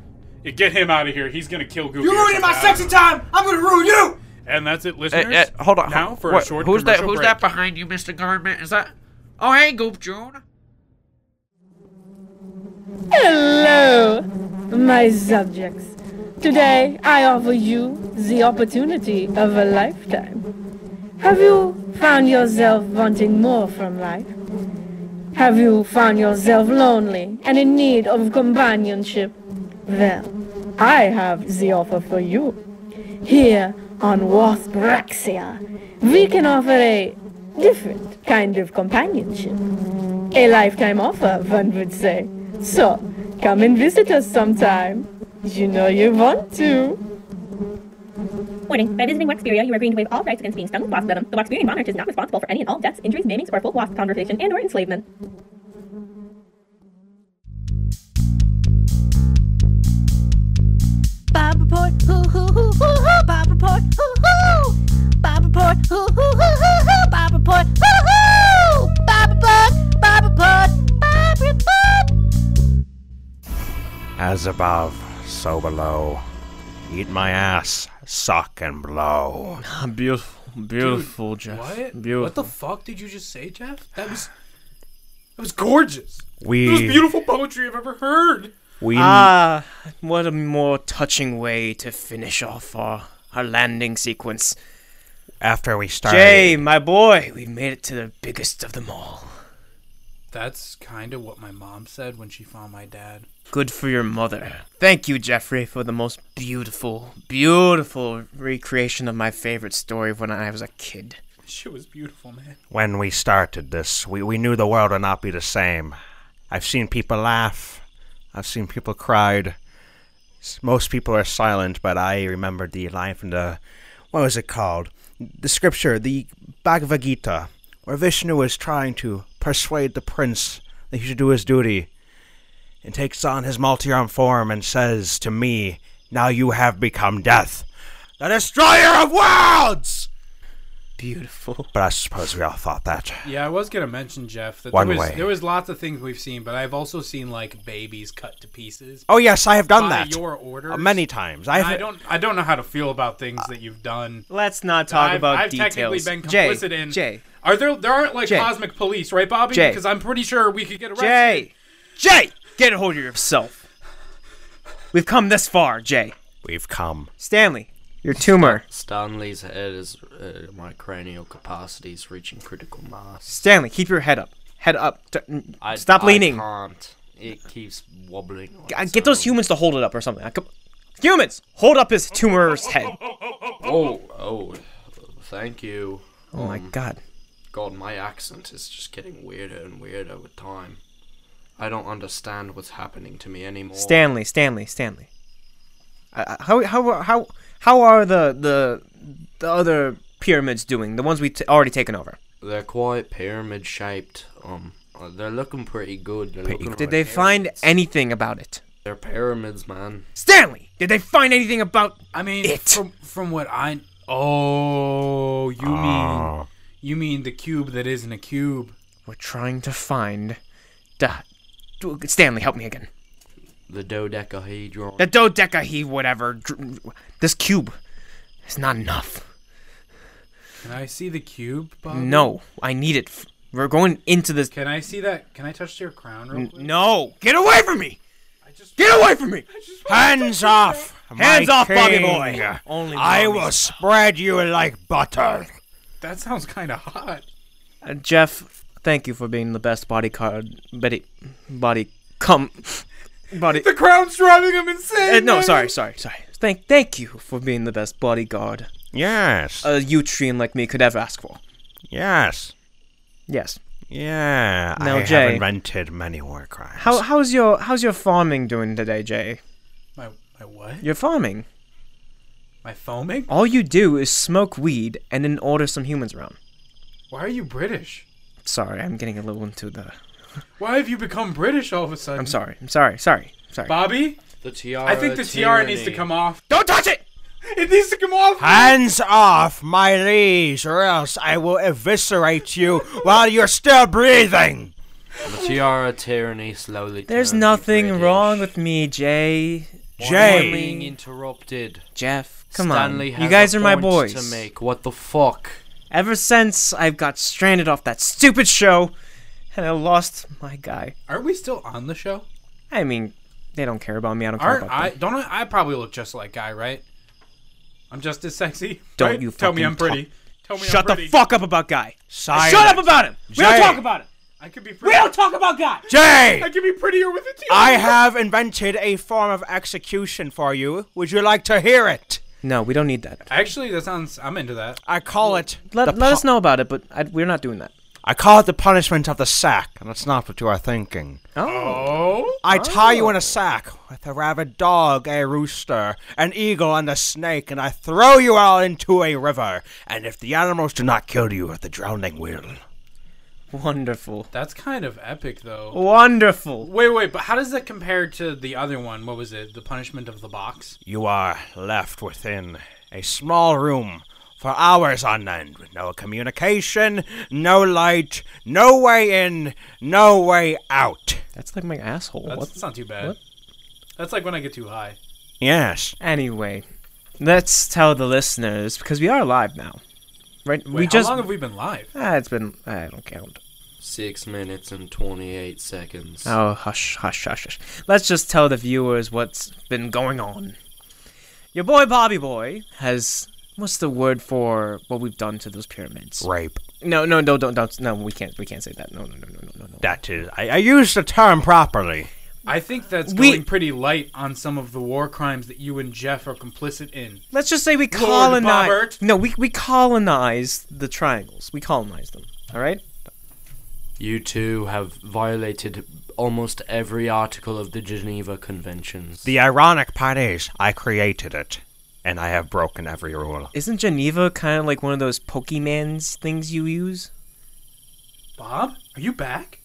Speaker 3: Yeah, Get him out of here. He's gonna kill Goofy.
Speaker 18: You're
Speaker 3: or
Speaker 18: ruining my sexy
Speaker 3: something.
Speaker 18: time. I'm gonna ruin you.
Speaker 3: And that's it, listeners.
Speaker 5: Eh, eh, hold on.
Speaker 3: Now
Speaker 5: hold-
Speaker 3: for
Speaker 5: what-
Speaker 3: a short
Speaker 5: Who's that?
Speaker 3: commercial
Speaker 5: Who's
Speaker 3: break.
Speaker 5: that behind you, Mr. Garment? Is that? Oh, hey, Goop June.
Speaker 19: Hello, my subjects. Today I offer you the opportunity of a lifetime. Have you found yourself wanting more from life? Have you found yourself lonely and in need of companionship? Well, I have the offer for you. Here on Waspraxia, we can offer a different kind of companionship. A lifetime offer, one would say. So, come and visit us sometime. You know you want to.
Speaker 20: Warning, by visiting Waxperia, you are agreeing to waive all rights against being stung with wasp venom. The Waxperian monarch is not responsible for any and all deaths, injuries, maimings, or full wasp conversation and or enslavement.
Speaker 21: Bob Report, hoo hoo hoo hoo hoo. Bob Report, hoo hoo. Bob Report, hoo hoo hoo hoo hoo. Bob Report, hoo hoo. Bob Report, Bob Report, Bob Report.
Speaker 11: As above, so below. Eat my ass, suck and blow.
Speaker 22: Ah, beautiful, beautiful, Jeff.
Speaker 10: What?
Speaker 22: Beautiful.
Speaker 10: What the fuck did you just say, Jeff? That was that was gorgeous.
Speaker 22: We-
Speaker 10: It was beautiful poetry I've ever heard.
Speaker 11: We
Speaker 23: ah, what a more touching way to finish off our, our landing sequence.
Speaker 11: after we started.
Speaker 23: Jay, my boy, we made it to the biggest of them all.
Speaker 10: That's kind of what my mom said when she found my dad.
Speaker 23: Good for your mother. Thank you, Jeffrey, for the most beautiful, beautiful recreation of my favorite story of when I was a kid.
Speaker 10: She was beautiful, man.
Speaker 11: When we started this, we, we knew the world would not be the same. I've seen people laugh, I've seen people cried. S- Most people are silent, but I remember the line from the what was it called? The scripture, the Bhagavad Gita, where Vishnu was trying to persuade the prince that he should do his duty, and takes on his multi armed form and says to me, Now you have become death, the destroyer of worlds!
Speaker 23: Beautiful.
Speaker 11: But I suppose we all thought that.
Speaker 10: Yeah, I was gonna mention Jeff that
Speaker 11: One
Speaker 10: there was
Speaker 11: way.
Speaker 10: there was lots of things we've seen, but I've also seen like babies cut to pieces.
Speaker 11: Oh, yes, I have done
Speaker 10: by
Speaker 11: that.
Speaker 10: Your
Speaker 11: Uh,
Speaker 10: orders
Speaker 11: many times. I
Speaker 10: And
Speaker 11: have-
Speaker 10: I don't I don't know how to feel about things that you've done.
Speaker 23: Let's not talk
Speaker 10: I've,
Speaker 23: about
Speaker 10: I've
Speaker 23: details.
Speaker 10: technically been
Speaker 23: Jay,
Speaker 10: complicit in.
Speaker 23: Jay.
Speaker 10: are there there aren't like
Speaker 23: Jay.
Speaker 10: cosmic police, right, Bobby?
Speaker 23: Jay.
Speaker 10: Because I'm pretty sure we could get arrested.
Speaker 23: Jay! Jay! Get a hold of yourself. We've come this far, Jay.
Speaker 11: We've come.
Speaker 23: Stanley, your tumor.
Speaker 5: Stanley's head is uh, my cranial capacity is reaching critical mass.
Speaker 23: Stanley, keep your head up. Head up. D- n-
Speaker 5: I,
Speaker 23: Stop
Speaker 5: I
Speaker 23: leaning.
Speaker 5: can't. It keeps wobbling. on
Speaker 23: G- uh, Get those humans to hold it up or something. I come- Humans, hold up his tumor's head.
Speaker 5: Oh, oh, thank you.
Speaker 23: Oh my God.
Speaker 5: God, my accent is just getting weirder and weirder with time. I don't understand what's happening to me anymore.
Speaker 23: Stanley, Stanley, Stanley. Uh, uh, how how how how are the the the other pyramids doing? The ones we t- already taken over.
Speaker 5: They're quite pyramid shaped. Um, uh, they're looking pretty good. They're looking
Speaker 23: Did
Speaker 5: like
Speaker 23: they
Speaker 5: pyra-
Speaker 23: find anything about it?
Speaker 5: They're pyramids, man.
Speaker 23: Stanley, did they find anything about?
Speaker 10: I mean, from from what I oh, you
Speaker 5: Ah.
Speaker 10: mean you mean the cube that isn't a cube.
Speaker 23: We're trying to find. Da, do- Stanley, help me again.
Speaker 5: The dodecahedron.
Speaker 23: The dodecahe, whatever. dr- This cube is not enough.
Speaker 10: Can I see the cube, Bobby?
Speaker 23: No, I need it. f- We're going into this.
Speaker 10: Can I see that? Can I touch your crown real
Speaker 23: N-
Speaker 10: quick?
Speaker 23: No, get away from me! Get away from me!
Speaker 11: Hands off!
Speaker 23: Hands
Speaker 11: my
Speaker 23: off, Bobby
Speaker 11: king.
Speaker 23: boy! Only
Speaker 11: I
Speaker 23: Bobby.
Speaker 11: will spread you like butter.
Speaker 10: That sounds kind of hot.
Speaker 23: Uh, Jeff, thank you for being the best bodyguard. Betty, body, come, body.
Speaker 10: The crown's driving him insane.
Speaker 23: Uh, no,
Speaker 10: man.
Speaker 23: sorry, sorry, sorry. Thank, thank you for being the best bodyguard.
Speaker 11: Yes.
Speaker 23: A Utrian like me could ever ask for.
Speaker 11: Yes.
Speaker 23: Yes.
Speaker 11: Yeah.
Speaker 23: Now,
Speaker 11: I have
Speaker 23: Jay.
Speaker 11: invented many war crimes.
Speaker 23: How, how's your how's your farming doing today, Jay?
Speaker 10: My my what?
Speaker 23: Your farming.
Speaker 10: My foaming?
Speaker 23: All you do is smoke weed and then order some humans around.
Speaker 10: Why are you British?
Speaker 23: Sorry, I'm getting a little into the.
Speaker 10: Why have you become British all of a sudden?
Speaker 23: I'm sorry. I'm sorry. Sorry. Sorry.
Speaker 10: Bobby.
Speaker 5: The tiara.
Speaker 10: I think the tiara needs to
Speaker 5: tyranny.
Speaker 10: come off.
Speaker 23: Don't touch it.
Speaker 10: It needs to come off.
Speaker 11: Hands off, my liege, or else I will eviscerate you while you're still breathing.
Speaker 5: The tiara tyranny slowly.
Speaker 23: There's
Speaker 5: turns
Speaker 23: nothing wrong with me, Jay. Jay.
Speaker 1: Why am I being interrupted?
Speaker 23: Jeff, come
Speaker 1: Stanley
Speaker 23: on. You
Speaker 1: has
Speaker 23: guys
Speaker 1: a
Speaker 23: are my
Speaker 1: point
Speaker 23: boys.
Speaker 1: to make. What the fuck?
Speaker 23: Ever since I've got stranded off that stupid show, and I lost my guy.
Speaker 10: Aren't we still on the show?
Speaker 23: I mean, they don't care about me. I don't care
Speaker 10: Aren't
Speaker 23: about
Speaker 10: I?
Speaker 23: them.
Speaker 10: Don't I? I probably look just like Guy, right? I'm just as sexy.
Speaker 23: Don't
Speaker 10: right?
Speaker 23: you
Speaker 10: tell me
Speaker 23: fucking
Speaker 10: I'm pretty.
Speaker 23: talk-
Speaker 10: Tell me
Speaker 23: Shut
Speaker 10: I'm pretty.
Speaker 23: the fuck up about guy.
Speaker 10: Silence.
Speaker 23: Shut up about him. We don't
Speaker 10: Jay.
Speaker 23: talk about him.
Speaker 10: I could be.
Speaker 23: We don't talk about guy.
Speaker 11: Jay.
Speaker 10: I could be prettier with a T.
Speaker 11: I have invented a form of execution for you. Would you like to hear it?
Speaker 23: No, we don't need that.
Speaker 10: Actually, that sounds. I'm into that.
Speaker 11: I call it.
Speaker 23: Let, let us know about it, but I, we're not doing that.
Speaker 11: I call it the punishment of the sack, and that's not what you are thinking.
Speaker 10: Oh.
Speaker 11: I tie you in a sack with a rabid dog, a rooster, an eagle, and a snake, and I throw you all into a river. And if the animals do not kill you, the drowning will.
Speaker 23: Wonderful.
Speaker 10: That's kind of epic, though.
Speaker 23: Wonderful.
Speaker 10: Wait, wait, but how does that compare to the other one? What was it? The punishment of the box?
Speaker 11: You are left within a small room for hours on end with no communication, no light, no way in, no way out.
Speaker 23: That's like my asshole.
Speaker 10: That's, that's not too bad. That's like when I get too high.
Speaker 23: Yes. Anyway, let's tell the listeners because we are live now, right?
Speaker 10: Wait,
Speaker 23: we
Speaker 10: how
Speaker 23: just
Speaker 10: long have we been live?
Speaker 23: Ah, it's been I don't count.
Speaker 1: Six minutes and twenty-eight seconds.
Speaker 23: Oh, hush, hush, hush, hush. Let's just tell the viewers what's been going on. Your boy Bobby Boy has what's the word for what we've done to those pyramids?
Speaker 11: Rape.
Speaker 23: No, no, no, don't, don't. No, we can't, we can't say that. No, no, no, no, no, no, no.
Speaker 11: That is, I, I used the term properly.
Speaker 10: I think that's
Speaker 23: We-
Speaker 10: going pretty light on some of the war crimes that you and Jeff are complicit in.
Speaker 23: Let's just say we
Speaker 10: Lord
Speaker 23: colonize.
Speaker 10: Bobbert.
Speaker 23: No, we we colonize the triangles. We colonize them. All right.
Speaker 1: You two have violated almost every article of the Geneva Conventions.
Speaker 11: The ironic part is, I created it, and I have broken every rule.
Speaker 23: Isn't Geneva kind of like one of those Pokemans things you use?
Speaker 10: Bob, are you back?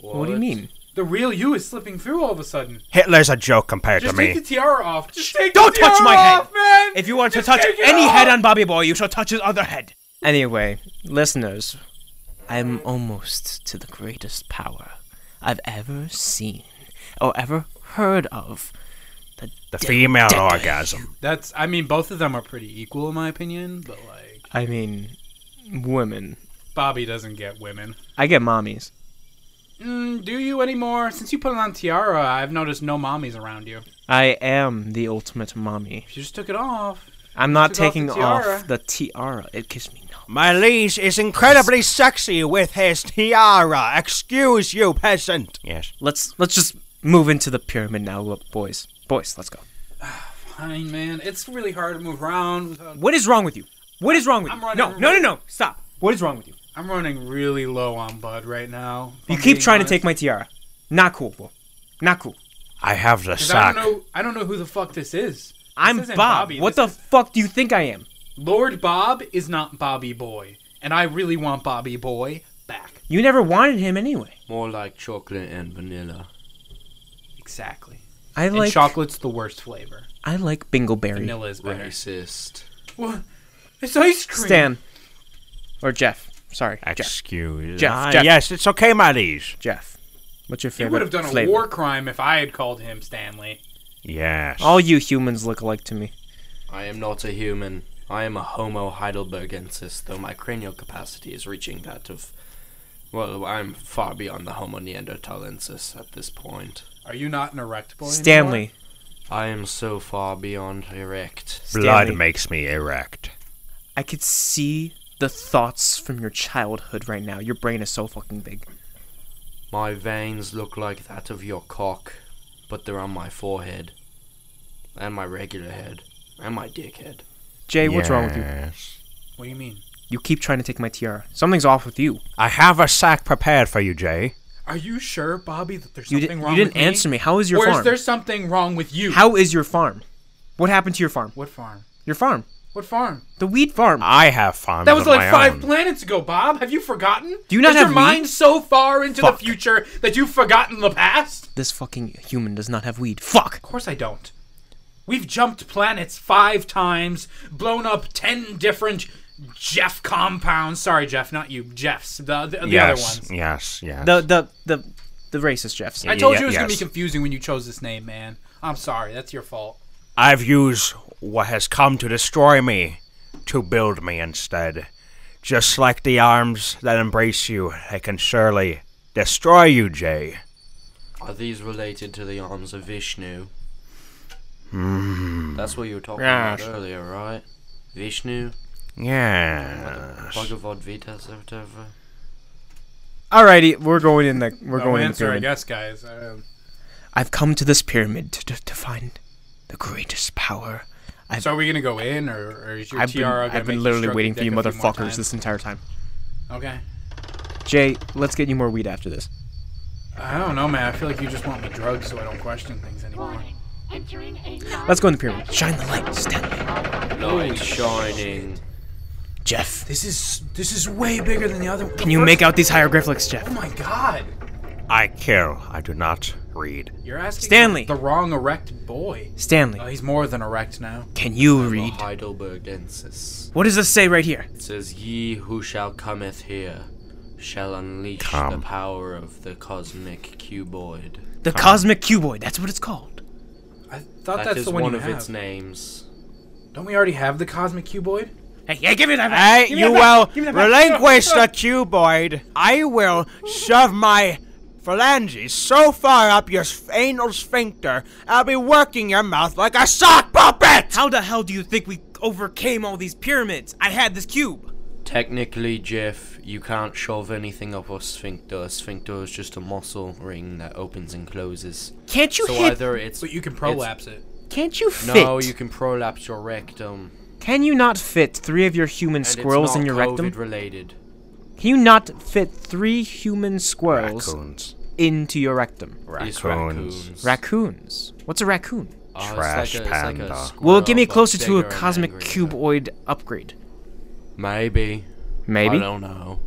Speaker 23: What do you mean?
Speaker 10: The real you is slipping through all of a sudden.
Speaker 11: Hitler's a joke compared
Speaker 10: Just
Speaker 11: to me.
Speaker 10: take the tiara off. Just take
Speaker 23: Don't
Speaker 10: the
Speaker 23: touch
Speaker 10: tiara
Speaker 23: my head.
Speaker 10: off, man!
Speaker 23: If you want to
Speaker 10: Just
Speaker 23: touch
Speaker 10: take it
Speaker 23: any
Speaker 10: off!
Speaker 23: head on Bobby Boy, you shall touch his other head. Anyway, listeners,
Speaker 24: I'm almost to the greatest power I've ever seen or ever heard of. The,
Speaker 11: The
Speaker 24: de-
Speaker 11: female
Speaker 24: de-
Speaker 11: orgasm.
Speaker 10: That's, I mean, both of them are pretty equal in my opinion, but like,
Speaker 23: I mean, women.
Speaker 10: Bobby doesn't get women.
Speaker 23: I get mommies.
Speaker 10: Mm, do you anymore? Since you put on tiara, I've noticed no mommies around you.
Speaker 23: I am the ultimate mommy.
Speaker 10: You just took it off.
Speaker 23: I'm
Speaker 10: took
Speaker 23: not
Speaker 10: off the
Speaker 23: taking
Speaker 10: tiara.
Speaker 23: off the tiara. It gives me
Speaker 11: My liege is incredibly sexy with his tiara. Excuse you, peasant. Yes.
Speaker 23: Let's let's just move into the pyramid now, look, boys. Boys, let's go.
Speaker 10: Fine, man. It's really hard to move around. Without...
Speaker 23: What is wrong with you? What is wrong with
Speaker 10: I'm
Speaker 23: you?
Speaker 10: running
Speaker 23: No, no, no, no. Stop. What is wrong with you?
Speaker 10: I'm running really low on Bud right now.
Speaker 23: You keep trying to take my tiara. Not cool, bro. Not cool.
Speaker 11: I have the
Speaker 10: I
Speaker 11: sack.
Speaker 10: don't know. I don't know who the fuck this is.
Speaker 23: I'm
Speaker 10: This isn't
Speaker 23: Bob.
Speaker 10: Bobby.
Speaker 23: What the fuck do you think I am?
Speaker 10: Lord Bob is not Bobby Boy, and I really want Bobby Boy back.
Speaker 23: You never wanted him anyway.
Speaker 1: More like chocolate and vanilla.
Speaker 10: Exactly.
Speaker 23: I
Speaker 10: And
Speaker 23: like-
Speaker 10: chocolate's the worst flavor.
Speaker 23: I like Bingleberry.
Speaker 10: Vanilla is better.
Speaker 1: Racist.
Speaker 10: What? It's ice cream.
Speaker 23: Stan. Or Jeff. Sorry.
Speaker 11: Excuse.
Speaker 23: Jeff.
Speaker 11: Ah,
Speaker 23: Jeff.
Speaker 11: Yes, it's okay, my liege.
Speaker 23: Jeff. What's your
Speaker 10: You
Speaker 23: favorite
Speaker 10: would have done a
Speaker 23: flavor?
Speaker 10: war crime if I had called him Stanley.
Speaker 11: Yes.
Speaker 23: All you humans look alike to me.
Speaker 1: I am not a human. I am a Homo heidelbergensis, though my cranial capacity is reaching that of. Well, I'm far beyond the Homo neanderthalensis at this point.
Speaker 10: Are you not an erect boy?
Speaker 23: Stanley.
Speaker 1: I am so far beyond erect.
Speaker 23: Stanley.
Speaker 11: Blood makes me erect.
Speaker 23: I could see the thoughts from your childhood right now. Your brain is so fucking big.
Speaker 1: My veins look like that of your cock, but they're on my forehead. And my regular head. And my dickhead.
Speaker 23: Jay, what's wrong with you?
Speaker 10: What do you mean?
Speaker 23: You keep trying to take my tiara. Something's off with you.
Speaker 11: I have a sack prepared for you, Jay.
Speaker 10: Are you sure, Bobby, that there's
Speaker 23: You
Speaker 10: something
Speaker 23: didn't-
Speaker 10: wrong?
Speaker 23: you didn't
Speaker 10: with
Speaker 23: answer me. How is your
Speaker 10: or
Speaker 23: farm?
Speaker 10: is there something wrong with you?
Speaker 23: How is your farm? What happened to your farm?
Speaker 10: What farm?
Speaker 23: Your farm.
Speaker 10: What farm?
Speaker 23: The weed farm.
Speaker 11: I have farms.
Speaker 10: That was
Speaker 11: of
Speaker 10: like
Speaker 11: my
Speaker 10: five
Speaker 11: own.
Speaker 10: planets ago, Bob. Have you forgotten?
Speaker 23: Do you not
Speaker 10: Is
Speaker 23: have
Speaker 10: your mind
Speaker 23: meat?
Speaker 10: so far into
Speaker 23: Fuck.
Speaker 10: the future that you've forgotten the past?
Speaker 23: This fucking human does not have weed. Fuck!
Speaker 10: Of course I don't. We've jumped planets five times, blown up ten different Jeff compounds. Sorry, Jeff, not you. Jeffs, the the, the other
Speaker 11: yes,
Speaker 10: ones.
Speaker 11: yes, yes.
Speaker 23: The the the the racist Jeffs.
Speaker 10: I told you it was gonna be confusing when you chose this name, man. I'm sorry. That's your fault.
Speaker 11: I've used what has come to destroy me to build me instead. Just like the arms that embrace you, they can surely destroy you, Jay.
Speaker 5: Are these related to the arms of Vishnu?
Speaker 11: Hmm.
Speaker 5: That's what you were talking
Speaker 11: Yes.
Speaker 5: about earlier, right? Vishnu?
Speaker 11: Yeah.
Speaker 5: Bhagavad Gita, or whatever.
Speaker 23: Alrighty, we're going in the we're
Speaker 10: No
Speaker 23: going in the
Speaker 10: answer, I
Speaker 23: pyramid.
Speaker 10: guess, guys. Um,
Speaker 23: I've come to this pyramid to, to, to find the greatest power. I've,
Speaker 10: so are we gonna go in, or, or is your
Speaker 23: I've been,
Speaker 10: tiara gonna make
Speaker 23: I've been
Speaker 10: you
Speaker 23: literally
Speaker 10: stroke
Speaker 23: waiting for
Speaker 10: your
Speaker 23: you
Speaker 10: dick a few more
Speaker 23: motherfuckers this entire time.
Speaker 10: times? Okay.
Speaker 23: Jay, let's get you more weed after this.
Speaker 10: I don't know, man. I feel like you just want me drugged so I don't question things anymore.
Speaker 23: Let's go in the pyramid. Shine the light, Stanley.
Speaker 5: Light shining.
Speaker 23: Jeff,
Speaker 10: This is this is way bigger than the other. one.
Speaker 23: can you make out these hieroglyphics, Jeff?
Speaker 10: Oh my god!
Speaker 11: I kill. I do not read.
Speaker 10: You're asking
Speaker 23: Stanley.
Speaker 10: the wrong erect boy.
Speaker 23: Stanley.
Speaker 10: Oh, he's more than erect now.
Speaker 23: Can you read?
Speaker 10: Uh,
Speaker 5: Heidelbergensis.
Speaker 23: What does this say right here?
Speaker 5: It says, Ye who shall cometh here shall unleash the power of the cosmic cuboid.
Speaker 23: The cosmic cuboid. That's what it's called.
Speaker 10: I thought
Speaker 5: That
Speaker 10: that's
Speaker 5: is
Speaker 10: the one,
Speaker 5: one
Speaker 10: you
Speaker 5: of
Speaker 10: have.
Speaker 5: its names.
Speaker 10: Don't we already have the cosmic cuboid?
Speaker 23: Hey, hey, give me that.
Speaker 11: Hey, you will relinquish the cuboid. I will shove my phalanges so far up your s- anal sphincter, I'll be working your mouth like a sock puppet!
Speaker 23: How the hell do you think we overcame all these pyramids? I had this cube.
Speaker 5: Technically, Jeff, you can't shove anything up a sphincter. A sphincter is just a muscle ring that opens and closes.
Speaker 23: Can't you
Speaker 5: so
Speaker 23: hit-
Speaker 5: Either it's,
Speaker 10: But you can
Speaker 5: it's-
Speaker 10: prolapse it.
Speaker 23: Can't you fit?
Speaker 5: No, you can prolapse your rectum.
Speaker 23: Can you not fit three of your human
Speaker 5: and it's
Speaker 23: squirrels
Speaker 5: not
Speaker 23: in your
Speaker 5: COVID
Speaker 23: rectum?
Speaker 5: related.
Speaker 23: Can you not fit three human squirrels
Speaker 11: Raccoons.
Speaker 23: into your rectum?
Speaker 5: It's Raccoons. raccoons.
Speaker 23: Raccoons. What's a raccoon?
Speaker 5: Oh, it's Trash like a- it's like a panda. squirrel,
Speaker 23: well, get me
Speaker 5: but
Speaker 23: closer to
Speaker 5: bigger
Speaker 23: a
Speaker 5: and
Speaker 23: cosmic
Speaker 5: angrier.
Speaker 23: cuboid upgrade.
Speaker 5: Maybe.
Speaker 23: Maybe.
Speaker 5: I don't know.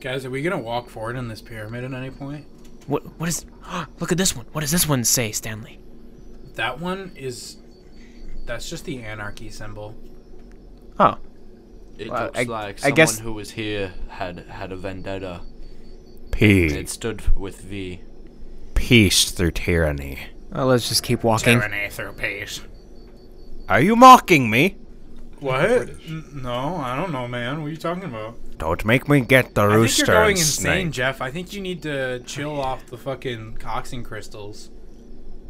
Speaker 10: Guys, are we gonna walk forward in this pyramid at any point?
Speaker 23: What? What is? Look at this one. What does this one say, Stanley?
Speaker 10: That one is. That's just the anarchy symbol.
Speaker 23: Oh.
Speaker 5: It
Speaker 23: Well,
Speaker 5: looks
Speaker 23: I-
Speaker 5: like
Speaker 23: I
Speaker 5: someone
Speaker 23: guess-
Speaker 5: who was here had had a vendetta.
Speaker 11: P.
Speaker 5: It stood with V.
Speaker 11: Peace through tyranny.
Speaker 23: Oh, let's just keep walking.
Speaker 10: through peace.
Speaker 11: Are you mocking me?
Speaker 10: What? N- No, I don't know, man. What are you talking about?
Speaker 11: Don't make me get the
Speaker 10: I think
Speaker 11: rooster
Speaker 10: you're going
Speaker 11: and
Speaker 10: insane,
Speaker 11: snake.
Speaker 10: Jeff. I think you need to chill off the fucking coxing crystals.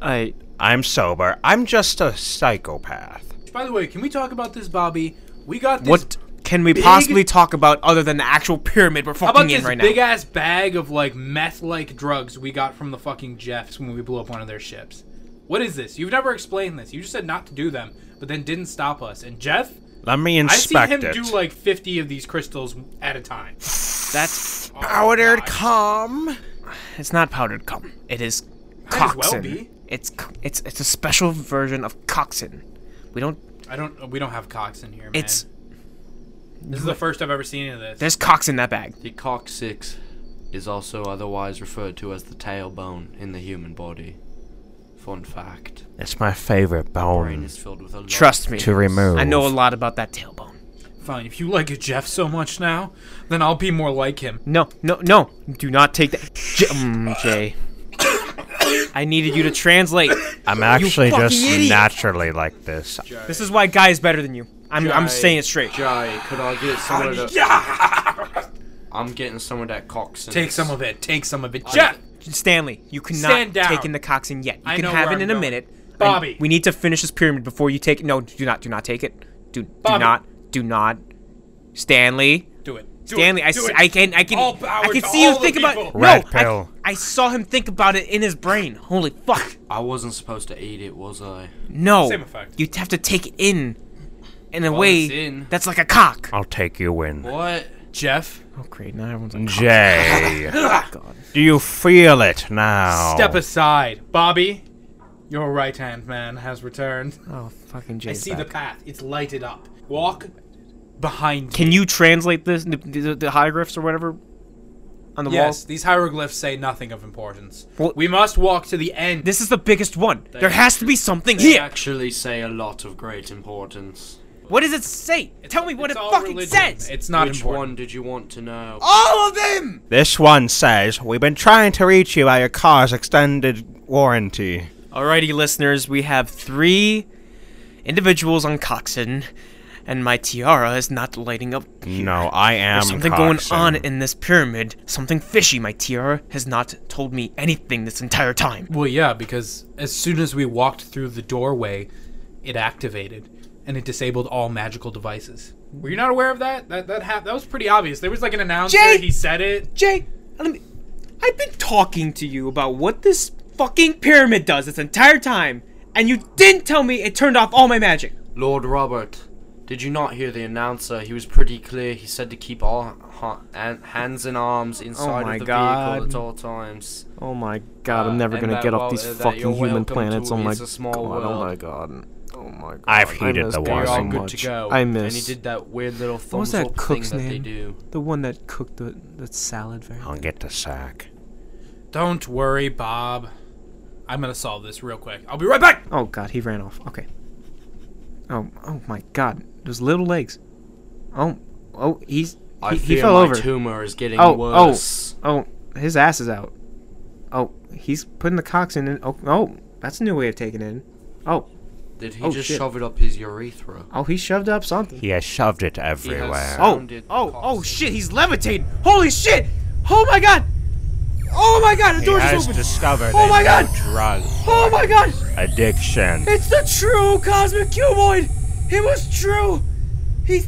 Speaker 23: I.
Speaker 11: I'm sober. I'm just a psychopath.
Speaker 10: By the way, can we talk about this, Bobby? We got this.
Speaker 23: What can we
Speaker 10: big-
Speaker 23: possibly talk about other than the actual pyramid we're
Speaker 10: How about
Speaker 23: fucking in
Speaker 10: this
Speaker 23: right now?
Speaker 10: big ass bag of like meth like drugs we got from the fucking Jeffs when we blew up one of their ships? What is this? You've never explained this. You just said not to do them, but then didn't stop us. And Jeff,
Speaker 11: Let me
Speaker 10: I see
Speaker 11: inspect
Speaker 10: him
Speaker 11: it.
Speaker 10: do like fifty of these crystals at a time. Oh,
Speaker 23: That's
Speaker 11: powdered cum.
Speaker 23: It's not powdered cum. It is
Speaker 10: Might as
Speaker 23: coxin.
Speaker 10: well be.
Speaker 23: It's c- it's it's a special version of coxin. We don't.
Speaker 10: I don't. We don't have cox in here, man.
Speaker 23: It's
Speaker 10: this is the first I've ever seen of this.
Speaker 23: there's cox in that bag.
Speaker 5: The coccyx is also otherwise referred to as the tailbone in the human body. Fun fact.
Speaker 11: It's my favorite
Speaker 5: Brain
Speaker 11: bone.
Speaker 5: is filled with a lot
Speaker 23: Trust me.
Speaker 11: To remove.
Speaker 23: I know a lot about that tailbone.
Speaker 10: Fine. If you like a Jeff so much now, then I'll be more like him.
Speaker 23: No, no, no. Do not take that. J- mm, Jay. I needed you to translate.
Speaker 11: I'm
Speaker 23: You
Speaker 11: actually
Speaker 23: fucking
Speaker 11: just
Speaker 23: idiot.
Speaker 11: naturally like this.
Speaker 23: This is why Guy is better than you. I'm, I'm
Speaker 5: Jay,
Speaker 23: saying it straight. Uh,
Speaker 5: Jay, could I get some of that? I'm getting some of that coxswain.
Speaker 10: Take some of it. Take some of it, Jeff.
Speaker 23: Stanley, you cannot
Speaker 10: Stand down.
Speaker 23: take in the coxin yet. You
Speaker 10: I
Speaker 23: can
Speaker 10: know
Speaker 23: have
Speaker 10: where I'm
Speaker 23: it in a
Speaker 10: going.
Speaker 23: minute. I-
Speaker 10: Bobby.
Speaker 23: we need to finish this pyramid before you take. No, do not, do not take it. Do, do
Speaker 10: Bobby.
Speaker 23: not, do not. Stanley.
Speaker 10: Do it. Do
Speaker 23: Stanley,
Speaker 10: it.
Speaker 23: I,
Speaker 10: Do
Speaker 23: s-
Speaker 10: it.
Speaker 23: I can, I can,
Speaker 10: All
Speaker 23: I
Speaker 10: power
Speaker 23: can
Speaker 10: to
Speaker 23: see you
Speaker 10: all the
Speaker 23: think about.
Speaker 10: people.
Speaker 23: No,
Speaker 11: Red
Speaker 23: I-
Speaker 11: pill.
Speaker 23: I saw him think about it in his brain. Holy fuck.
Speaker 5: I wasn't supposed to eat it, was I?
Speaker 23: No.
Speaker 5: Same effect.
Speaker 23: You have to take it in in a
Speaker 5: Well,
Speaker 23: way
Speaker 5: it's in.
Speaker 23: that's like a cock.
Speaker 11: I'll take you in.
Speaker 5: What?
Speaker 10: Jeff.
Speaker 23: Oh, great. Now everyone's like,
Speaker 11: Jay. Do you feel it now?
Speaker 10: Step aside, Bobby. Your right hand man has returned.
Speaker 23: Oh, fucking
Speaker 10: I
Speaker 23: Jay's
Speaker 10: see the
Speaker 23: back.
Speaker 10: path. It's lighted up. Walk behind.
Speaker 23: Can you translate this, the, the, the hieroglyphs or whatever on the
Speaker 10: yes,
Speaker 23: wall?
Speaker 10: these hieroglyphs say nothing of importance.
Speaker 23: Well-
Speaker 10: we must walk to the end.
Speaker 23: This is the biggest one.
Speaker 5: They-
Speaker 23: there has to be something
Speaker 5: They
Speaker 23: here.
Speaker 5: actually say a lot of great importance.
Speaker 23: What does it say? Tell me what it
Speaker 10: all
Speaker 23: fucking
Speaker 10: religion.
Speaker 23: says.
Speaker 10: It's not
Speaker 5: Which
Speaker 10: important.
Speaker 5: one did you want to know?
Speaker 23: All of them.
Speaker 11: This one says, We've been trying to reach you at your car's extended warranty.
Speaker 23: Alrighty, listeners, we have three individuals on Coxon, and my tiara is not lighting up.
Speaker 11: No, I am.
Speaker 23: There's something
Speaker 11: Coxon.
Speaker 23: going on in this pyramid. Something fishy. My tiara has not told me anything this entire time.
Speaker 10: Well, yeah, because as soon as we walked through the doorway, it activated and it disabled all magical devices. Were you not aware of that? That that hap- that was pretty obvious. There was like an announcer.
Speaker 23: Jay!
Speaker 10: He said it.
Speaker 23: Jay, let me. I've been talking to you about what this fucking pyramid does this entire time, and you didn't tell me it turned off all my magic.
Speaker 5: Lord Robert, did you not hear the announcer? He was pretty clear. He said to keep all ha- an- hands and arms
Speaker 10: Oh
Speaker 5: inside
Speaker 23: my
Speaker 5: of the
Speaker 23: God.
Speaker 5: vehicle at all times.
Speaker 25: Oh my god, I'm never
Speaker 5: and
Speaker 25: gonna
Speaker 5: that
Speaker 25: get
Speaker 5: while-
Speaker 25: off these
Speaker 5: uh, that
Speaker 25: fucking
Speaker 5: you're
Speaker 25: human
Speaker 5: welcome to
Speaker 25: planets. Oh my
Speaker 5: is a small
Speaker 25: god, oh
Speaker 5: world.
Speaker 25: my god. Oh my god.
Speaker 11: I've
Speaker 25: I
Speaker 11: hated
Speaker 25: miss
Speaker 11: the
Speaker 25: Big
Speaker 11: water
Speaker 25: so
Speaker 5: You're all good to
Speaker 25: much.
Speaker 5: go.
Speaker 25: I miss.
Speaker 5: And he did that weird little thumbs
Speaker 25: what was
Speaker 5: up
Speaker 25: that cook's
Speaker 5: thing
Speaker 25: name?
Speaker 5: that they do.
Speaker 25: The one that cooked the, that salad very
Speaker 11: I'll get the sack.
Speaker 10: Don't worry, Bob. I'm gonna solve this real quick. I'll be right back.
Speaker 23: Oh god, he ran off. Okay. Oh, oh my god, those little legs. Oh, oh, he's
Speaker 5: I
Speaker 23: he, he
Speaker 5: fear
Speaker 23: fell
Speaker 5: my
Speaker 23: over.
Speaker 5: tumor is getting
Speaker 23: oh,
Speaker 5: worse.
Speaker 23: Oh, oh, his ass is out. Oh, he's putting the coxswain in. Oh, oh, that's a new way of taking it in. Oh,
Speaker 5: Did he
Speaker 23: oh,
Speaker 5: just
Speaker 23: shit.
Speaker 5: shove it up his urethra?
Speaker 23: Oh, he shoved up something.
Speaker 11: He has shoved it everywhere.
Speaker 23: Oh, oh, oh shit, he's levitating. Holy shit! Oh my god! Oh my god, the
Speaker 11: He
Speaker 23: door
Speaker 11: has
Speaker 23: just opened.
Speaker 11: discovered
Speaker 23: Oh
Speaker 11: a
Speaker 23: my
Speaker 11: new
Speaker 23: god!
Speaker 11: drug
Speaker 23: Oh my god!
Speaker 11: addiction.
Speaker 23: It's the true cosmic cuboid! It was true! He's.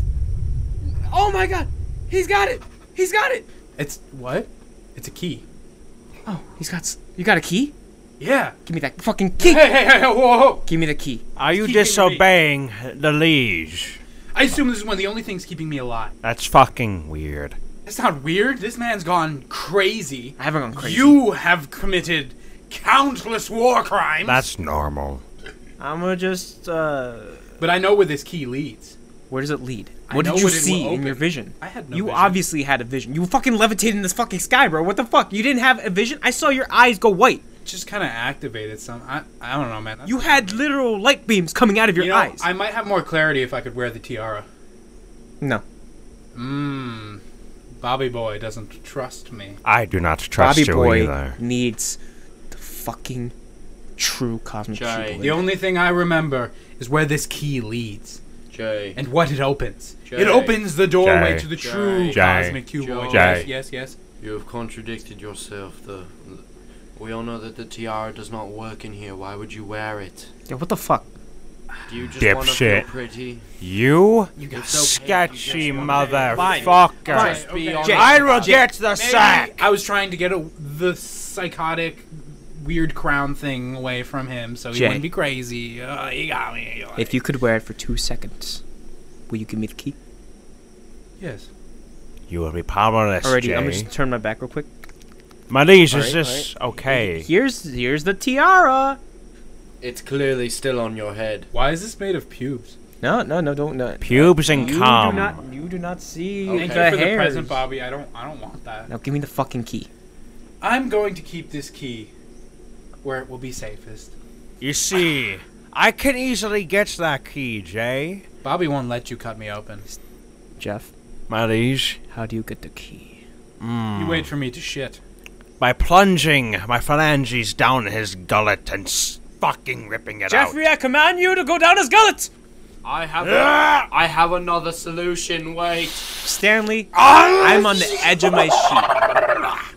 Speaker 23: Oh my god! He's got it! He's got it!
Speaker 10: It's what? It's a key.
Speaker 23: Oh, he's got. s- You got a key?
Speaker 10: Yeah.
Speaker 23: Give me that fucking key!
Speaker 10: Hey, hey, hey, hey, whoa, whoa.
Speaker 23: Give me the key.
Speaker 11: Are you
Speaker 10: Keeping me-
Speaker 11: disobeying the liege?
Speaker 10: I assume this is one of the only things keeping me alive.
Speaker 11: That's fucking weird.
Speaker 10: That's not weird. This man's gone crazy.
Speaker 23: I haven't gone crazy.
Speaker 10: You have committed countless war crimes.
Speaker 11: That's normal.
Speaker 23: I'm gonna just, uh.
Speaker 10: But I know where this key leads.
Speaker 23: Where does it lead?
Speaker 10: I
Speaker 23: What
Speaker 10: know
Speaker 23: did you
Speaker 10: what it will
Speaker 23: see in
Speaker 10: open.
Speaker 23: your vision?
Speaker 10: I had no
Speaker 23: You
Speaker 10: vision.
Speaker 23: obviously had a vision. You were fucking levitating in this fucking sky, bro. What the fuck? You didn't have a vision? I saw your eyes go white.
Speaker 10: Just kind of activated some. I, I don't know, man.
Speaker 23: You had literal light beams coming out of your
Speaker 10: You know,
Speaker 23: eyes.
Speaker 10: Oh, I might have more clarity if I could wear the tiara.
Speaker 23: No.
Speaker 10: Mmm. Bobby Boy doesn't trust me.
Speaker 11: I do not trust
Speaker 23: Bobby
Speaker 11: you
Speaker 23: Boy
Speaker 11: either.
Speaker 23: needs the fucking true cosmic
Speaker 10: Jay.
Speaker 23: cuboid.
Speaker 10: The only thing I remember is where this key leads.
Speaker 5: Jay.
Speaker 10: And what it opens.
Speaker 5: Jay.
Speaker 10: It opens the doorway
Speaker 11: Jay.
Speaker 10: to the true
Speaker 11: Jay.
Speaker 10: cosmic cuboid. Yes,
Speaker 11: Jay.
Speaker 10: yes, yes.
Speaker 5: You have contradicted yourself. The, we all know that the tiara does not work in here. Why would you wear it?
Speaker 23: Yeah, what the fuck?
Speaker 5: Do you just want to feel
Speaker 11: Dipshit.
Speaker 5: pretty?
Speaker 11: You,
Speaker 5: You
Speaker 11: sketchy
Speaker 5: just wanna
Speaker 10: Fine.
Speaker 11: motherfucker.
Speaker 10: Fine, okay.
Speaker 11: Jay, I will get the
Speaker 10: Maybe
Speaker 11: sack.
Speaker 10: I was trying to get a, the psychotic, weird crown thing away from him so he
Speaker 23: Jay.
Speaker 10: wouldn't be crazy. Uh, he got me.
Speaker 23: If you could wear it for two seconds, will you give me the key?
Speaker 10: Yes.
Speaker 11: You will be powerless,
Speaker 23: Alrighty,
Speaker 11: Jay.
Speaker 23: I'm gonna just turn my back real quick.
Speaker 11: My liege, is
Speaker 23: Alright,
Speaker 11: this okay?
Speaker 23: Here's here's the tiara.
Speaker 5: It's clearly still on your head.
Speaker 10: Why is this made of pubes?
Speaker 23: No, no, no, don't no.
Speaker 11: Pubes and
Speaker 23: you
Speaker 11: cum.
Speaker 23: Do not, you do not see
Speaker 10: Thank
Speaker 23: the
Speaker 10: you for the
Speaker 23: hairs.
Speaker 10: present, Bobby. I don't. I don't want that.
Speaker 23: Now give me the fucking key.
Speaker 10: I'm going to keep this key where it will be safest.
Speaker 11: oh, You see, I can easily get that key, Jay.
Speaker 10: Bobby won't let you cut me open.
Speaker 23: Jeff,
Speaker 11: My liege.
Speaker 23: how do you get the key?
Speaker 11: Mm.
Speaker 10: You wait for me to shit.
Speaker 11: By plunging my phalanges down his gullet and s- fucking ripping it out.
Speaker 23: I command you to go down his gullet.
Speaker 5: I have.
Speaker 11: Ah!
Speaker 5: I have another solution. Wait.
Speaker 23: Stanley,
Speaker 11: Ah!
Speaker 5: Ah!
Speaker 23: I'm on the edge of my sheet.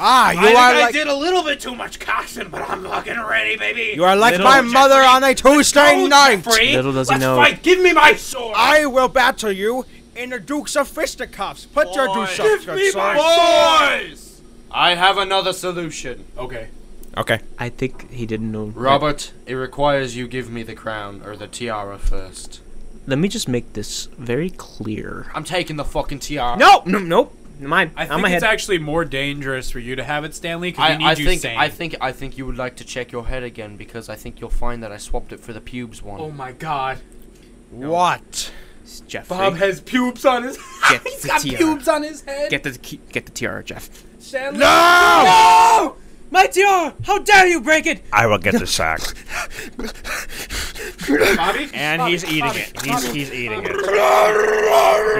Speaker 6: Ah,
Speaker 10: I
Speaker 6: you
Speaker 10: think
Speaker 6: are
Speaker 10: I
Speaker 6: like
Speaker 10: did a little bit too much coxing, but I'm fucking ready, baby.
Speaker 6: you are like my mother on a Tuesday night.
Speaker 10: Free.
Speaker 23: Little does he
Speaker 10: Let's
Speaker 23: know.
Speaker 10: fight. Give me my sword.
Speaker 6: I will battle you in the Dukes of Fisticuffs. Put your Dukes of
Speaker 10: Give me
Speaker 6: Fisticuffs.
Speaker 10: my sword.
Speaker 5: I have another solution.
Speaker 10: Okay.
Speaker 11: Okay.
Speaker 23: I think he didn't know.
Speaker 5: Robert, it requires you give me the crown or the tiara first.
Speaker 23: Let me just make this very clear.
Speaker 5: I'm taking the fucking
Speaker 10: Uh,
Speaker 5: tiara.
Speaker 23: No, no, nope. Mine.
Speaker 10: I
Speaker 23: I'm
Speaker 10: think it's
Speaker 23: ahead.
Speaker 10: actually more dangerous for you to have it, Stanley, because
Speaker 5: I,
Speaker 10: we need
Speaker 5: I
Speaker 10: you
Speaker 5: think
Speaker 10: sane.
Speaker 5: I think I think you would like to check your head again because I think you'll find that I swapped it for the pubes one.
Speaker 10: oh my god.
Speaker 6: What?
Speaker 23: Jeffrey,
Speaker 10: Bob has pubes on his.
Speaker 23: Get
Speaker 10: He's
Speaker 23: the
Speaker 10: got
Speaker 23: tiara.
Speaker 10: pubes on his head.
Speaker 23: get the key, get the tiara, Jeff.
Speaker 10: Stanley.
Speaker 23: No! My tiara! How dare you break it!
Speaker 11: I will get the sack.
Speaker 10: Bobby.
Speaker 11: And
Speaker 10: Bobby,
Speaker 11: he's eating
Speaker 10: Bobby,
Speaker 11: it. He's,
Speaker 10: Bobby.
Speaker 11: he's eating it.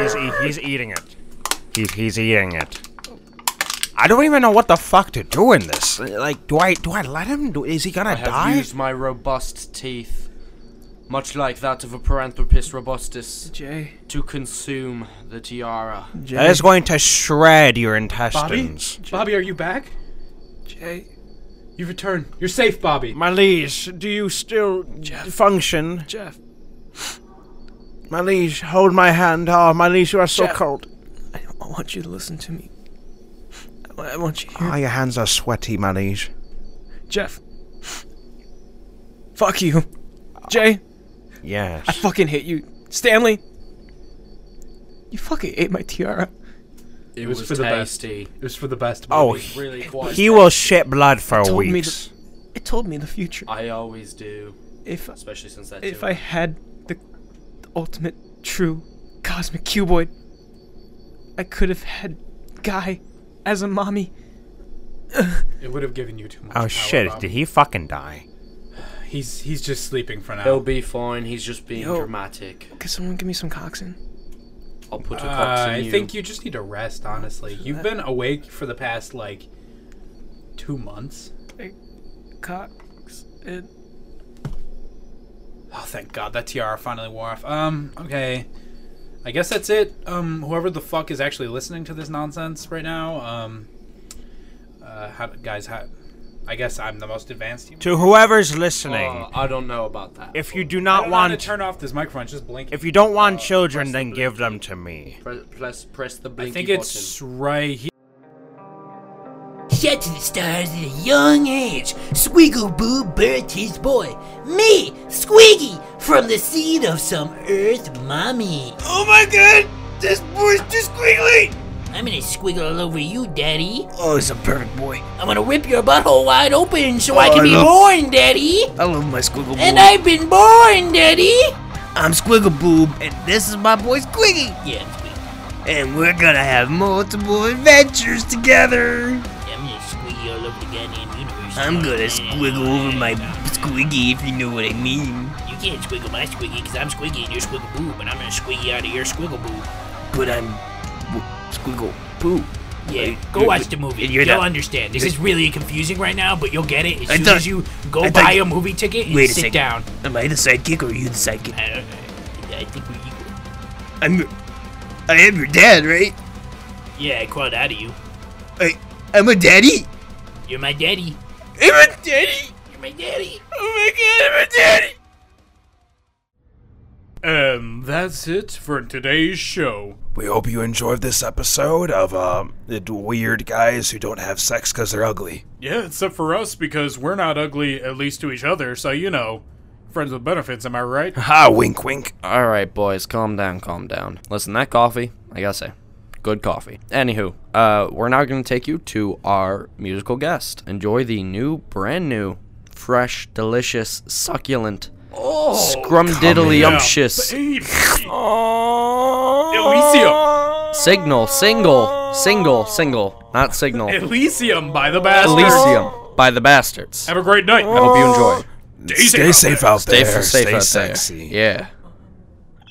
Speaker 11: He's, e- he's eating it. He's, he's eating it.
Speaker 2: I don't even know what the fuck to do in this. Like, do I do I let him? Do, is he gonna
Speaker 1: I have
Speaker 2: die?
Speaker 1: used my robust teeth, much like that of a Paranthropus robustus,
Speaker 23: Jay.
Speaker 1: to consume the tiara.
Speaker 2: That is going to shred your intestines.
Speaker 10: Bobby, are you back?
Speaker 23: Jay.
Speaker 10: You return. You're safe, Bobby.
Speaker 2: My liege, do you still function?
Speaker 23: Jeff.
Speaker 2: My liege, hold my hand. Oh, my liege, you are so
Speaker 23: Jeff.
Speaker 2: cold.
Speaker 23: I want you to listen to me. I- I want you.
Speaker 2: Ah, your hands are sweaty, my liege.
Speaker 23: Jeff. Fuck you. Jay.
Speaker 2: Yes. Oh,
Speaker 23: I fucking hate you. Stanley. You fucking ate my tiara.
Speaker 1: It,
Speaker 10: was, for the best.
Speaker 1: tasty.
Speaker 10: It was for the best.
Speaker 2: Oh,
Speaker 10: Bobby.
Speaker 2: he,
Speaker 1: really quite
Speaker 2: he will shit blood for
Speaker 23: told me
Speaker 2: weeks.
Speaker 23: It told me the future.
Speaker 1: I always do.
Speaker 23: If-
Speaker 1: especially since that.
Speaker 23: If
Speaker 1: too.
Speaker 23: I had the ultimate true cosmic cuboid, I could have had Guy as a mommy.
Speaker 10: It would have given you too much.
Speaker 2: Oh
Speaker 10: power,
Speaker 2: shit!
Speaker 10: Bobby.
Speaker 2: Did he fucking die?
Speaker 10: He's he's just sleeping for now.
Speaker 1: He'll be fine. He's just being
Speaker 23: Yo.
Speaker 1: dramatic.
Speaker 23: Could someone give me some coxin?
Speaker 1: I'll put a
Speaker 10: Uh,
Speaker 1: cox in
Speaker 10: I
Speaker 1: you.
Speaker 10: think you just need to rest, honestly. You've been awake for the past like two months.
Speaker 23: Cox. It.
Speaker 10: Oh, thank God that tiara finally wore off. Um, okay, I guess that's it. Um, whoever the fuck is actually listening to this nonsense right now, um, uh, how, guys, how, I guess I'm the most advanced. human.
Speaker 2: To whoever's listening,
Speaker 1: Uh, I don't know about that.
Speaker 2: if you do
Speaker 10: I
Speaker 2: not
Speaker 10: don't know how to
Speaker 2: want,
Speaker 10: Oh, turn off this microphone. It's Just Uh, blink.
Speaker 2: if you don't want children, then give them to me.
Speaker 1: Press, press, press the
Speaker 10: I
Speaker 1: blinky
Speaker 10: think it's right here.
Speaker 6: Shot to the stars at a young age, Squiggle Boo birthed his boy, me, Squiggy, from the seed of some Earth mommy. Oh my god, this boy's too squiggly! I'm gonna squiggle all over you, Daddy.
Speaker 17: Oh, it's a perfect boy.
Speaker 6: I'm gonna whip your butthole wide open so
Speaker 17: Oh,
Speaker 6: I can
Speaker 17: I
Speaker 6: be
Speaker 17: love-
Speaker 6: born, Daddy!
Speaker 17: I love my squiggle boob.
Speaker 6: And I've been born, Daddy!
Speaker 17: I'm Squiggle Boob, and this is my boy Squiggy.
Speaker 6: Yeah,
Speaker 17: And we're gonna have multiple adventures together.
Speaker 6: I'm gonna squiggle all over the goddamn universe.
Speaker 17: I'm gonna squiggle over my squiggy if you know what I mean.
Speaker 6: You can't squiggle my squiggy because I'm squiggy and you're squiggle boo, but I'm gonna squiggy out of your squiggle boo.
Speaker 17: But I'm w- squiggle poo.
Speaker 6: Yeah,
Speaker 17: Like,
Speaker 6: go
Speaker 17: you're-
Speaker 6: watch the movie.
Speaker 17: you're
Speaker 6: You'll
Speaker 17: not-
Speaker 6: understand. This is really confusing right now, but you'll get it as
Speaker 17: I
Speaker 6: soon
Speaker 17: thought-
Speaker 6: as you go
Speaker 17: I thought-
Speaker 6: buy a movie ticket and
Speaker 17: Wait a
Speaker 6: sit
Speaker 17: second.
Speaker 6: down.
Speaker 17: Am I the sidekick or are you the sidekick?
Speaker 6: I, I think we equal.
Speaker 17: I'm. your- I am your dad, right?
Speaker 6: Yeah, I crawled out of you.
Speaker 17: I, I'm a daddy.
Speaker 6: You're my daddy.
Speaker 17: I'm a daddy.
Speaker 6: You're my daddy.
Speaker 17: Oh my god, I'm a daddy.
Speaker 3: And that's it for today's show.
Speaker 4: We hope you enjoyed this episode of um, the d- weird guys who don't have sex because they're ugly.
Speaker 3: Yeah, except for us because we're not ugly, at least to each other. So you know, friends with benefits. Am I right?
Speaker 4: Ha! Ah, Wink, wink.
Speaker 5: All right, boys, calm down, calm down. Listen, that coffee, I gotta say, good coffee. Anywho, uh, we're now gonna take you to our musical guest. Enjoy the new, brand new, fresh, delicious, succulent, oh, scrumdiddlyumptious
Speaker 3: Elysium.
Speaker 5: signal, single, single, single, not signal.
Speaker 3: Elysium by the bastards.
Speaker 5: Elysium by the bastards.
Speaker 3: Have a great night.
Speaker 5: I hope you enjoy.
Speaker 4: Stay safe out
Speaker 5: Stay
Speaker 4: there.
Speaker 5: f- safe
Speaker 4: Stay
Speaker 5: out
Speaker 4: sexy.
Speaker 5: there. Yeah.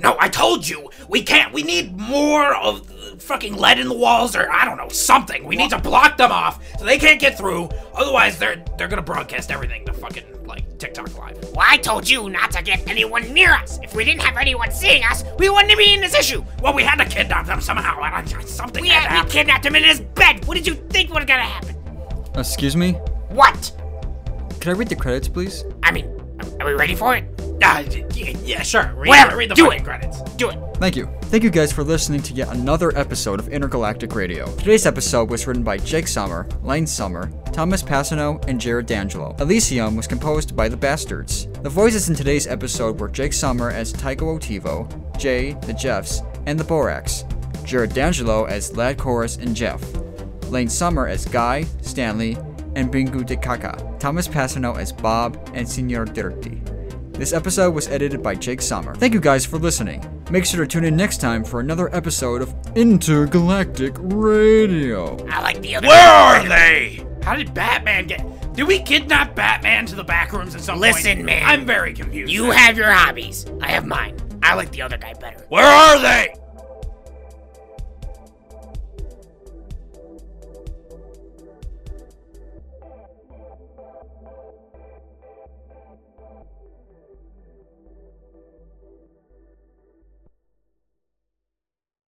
Speaker 6: No, I told you, we can't. We need more of the fucking lead in the walls, or I don't know, something. We need to block them off so they can't get through. Otherwise, they're they're gonna broadcast everything to fucking like TikTok live.
Speaker 16: Well, I told you not to get anyone near us. If we didn't have anyone seeing us, we wouldn't be in this issue.
Speaker 6: Well, we had to kidnap them somehow. I don't, something.
Speaker 16: We,
Speaker 6: had to
Speaker 16: had, we
Speaker 6: happen.
Speaker 16: kidnapped him in his bed. What did you think was gonna happen?
Speaker 8: Excuse me?
Speaker 16: What?
Speaker 8: Could I read the credits, please?
Speaker 16: I mean, are we ready for it?
Speaker 6: Ah, yeah, yeah, sure. Read,
Speaker 16: Whatever.
Speaker 6: read the
Speaker 16: Do
Speaker 6: fucking
Speaker 16: it.
Speaker 6: credits. Do it.
Speaker 8: Thank you. Thank you guys for listening to yet another episode of Intergalactic Radio. Today's episode was written by Jake Summer, Lane Summer, Thomas Passano, and Jared D'Angelo. Elysium was composed by The Bastards. The voices in today's episode were Jake Summer as Tycho Otivo, Jay, the Jeffs, and the Borax, Jared D'Angelo as Lad Chorus and Jeff, Lane Summer as Guy, Stanley, and Bingu Dekaka, Thomas Passano as Bob, and Senor Dirty. This episode was edited by Jake Sommer. Thank you guys for listening. Make sure to tune in next time for another episode of Intergalactic Radio.
Speaker 16: I like the other.
Speaker 6: Where are they? How did Batman get? Did we kidnap Batman to the back rooms at some point?
Speaker 16: Listen, man.
Speaker 6: I'm very confused.
Speaker 16: You have your hobbies. I have mine. I like the other guy better.
Speaker 6: Where are they?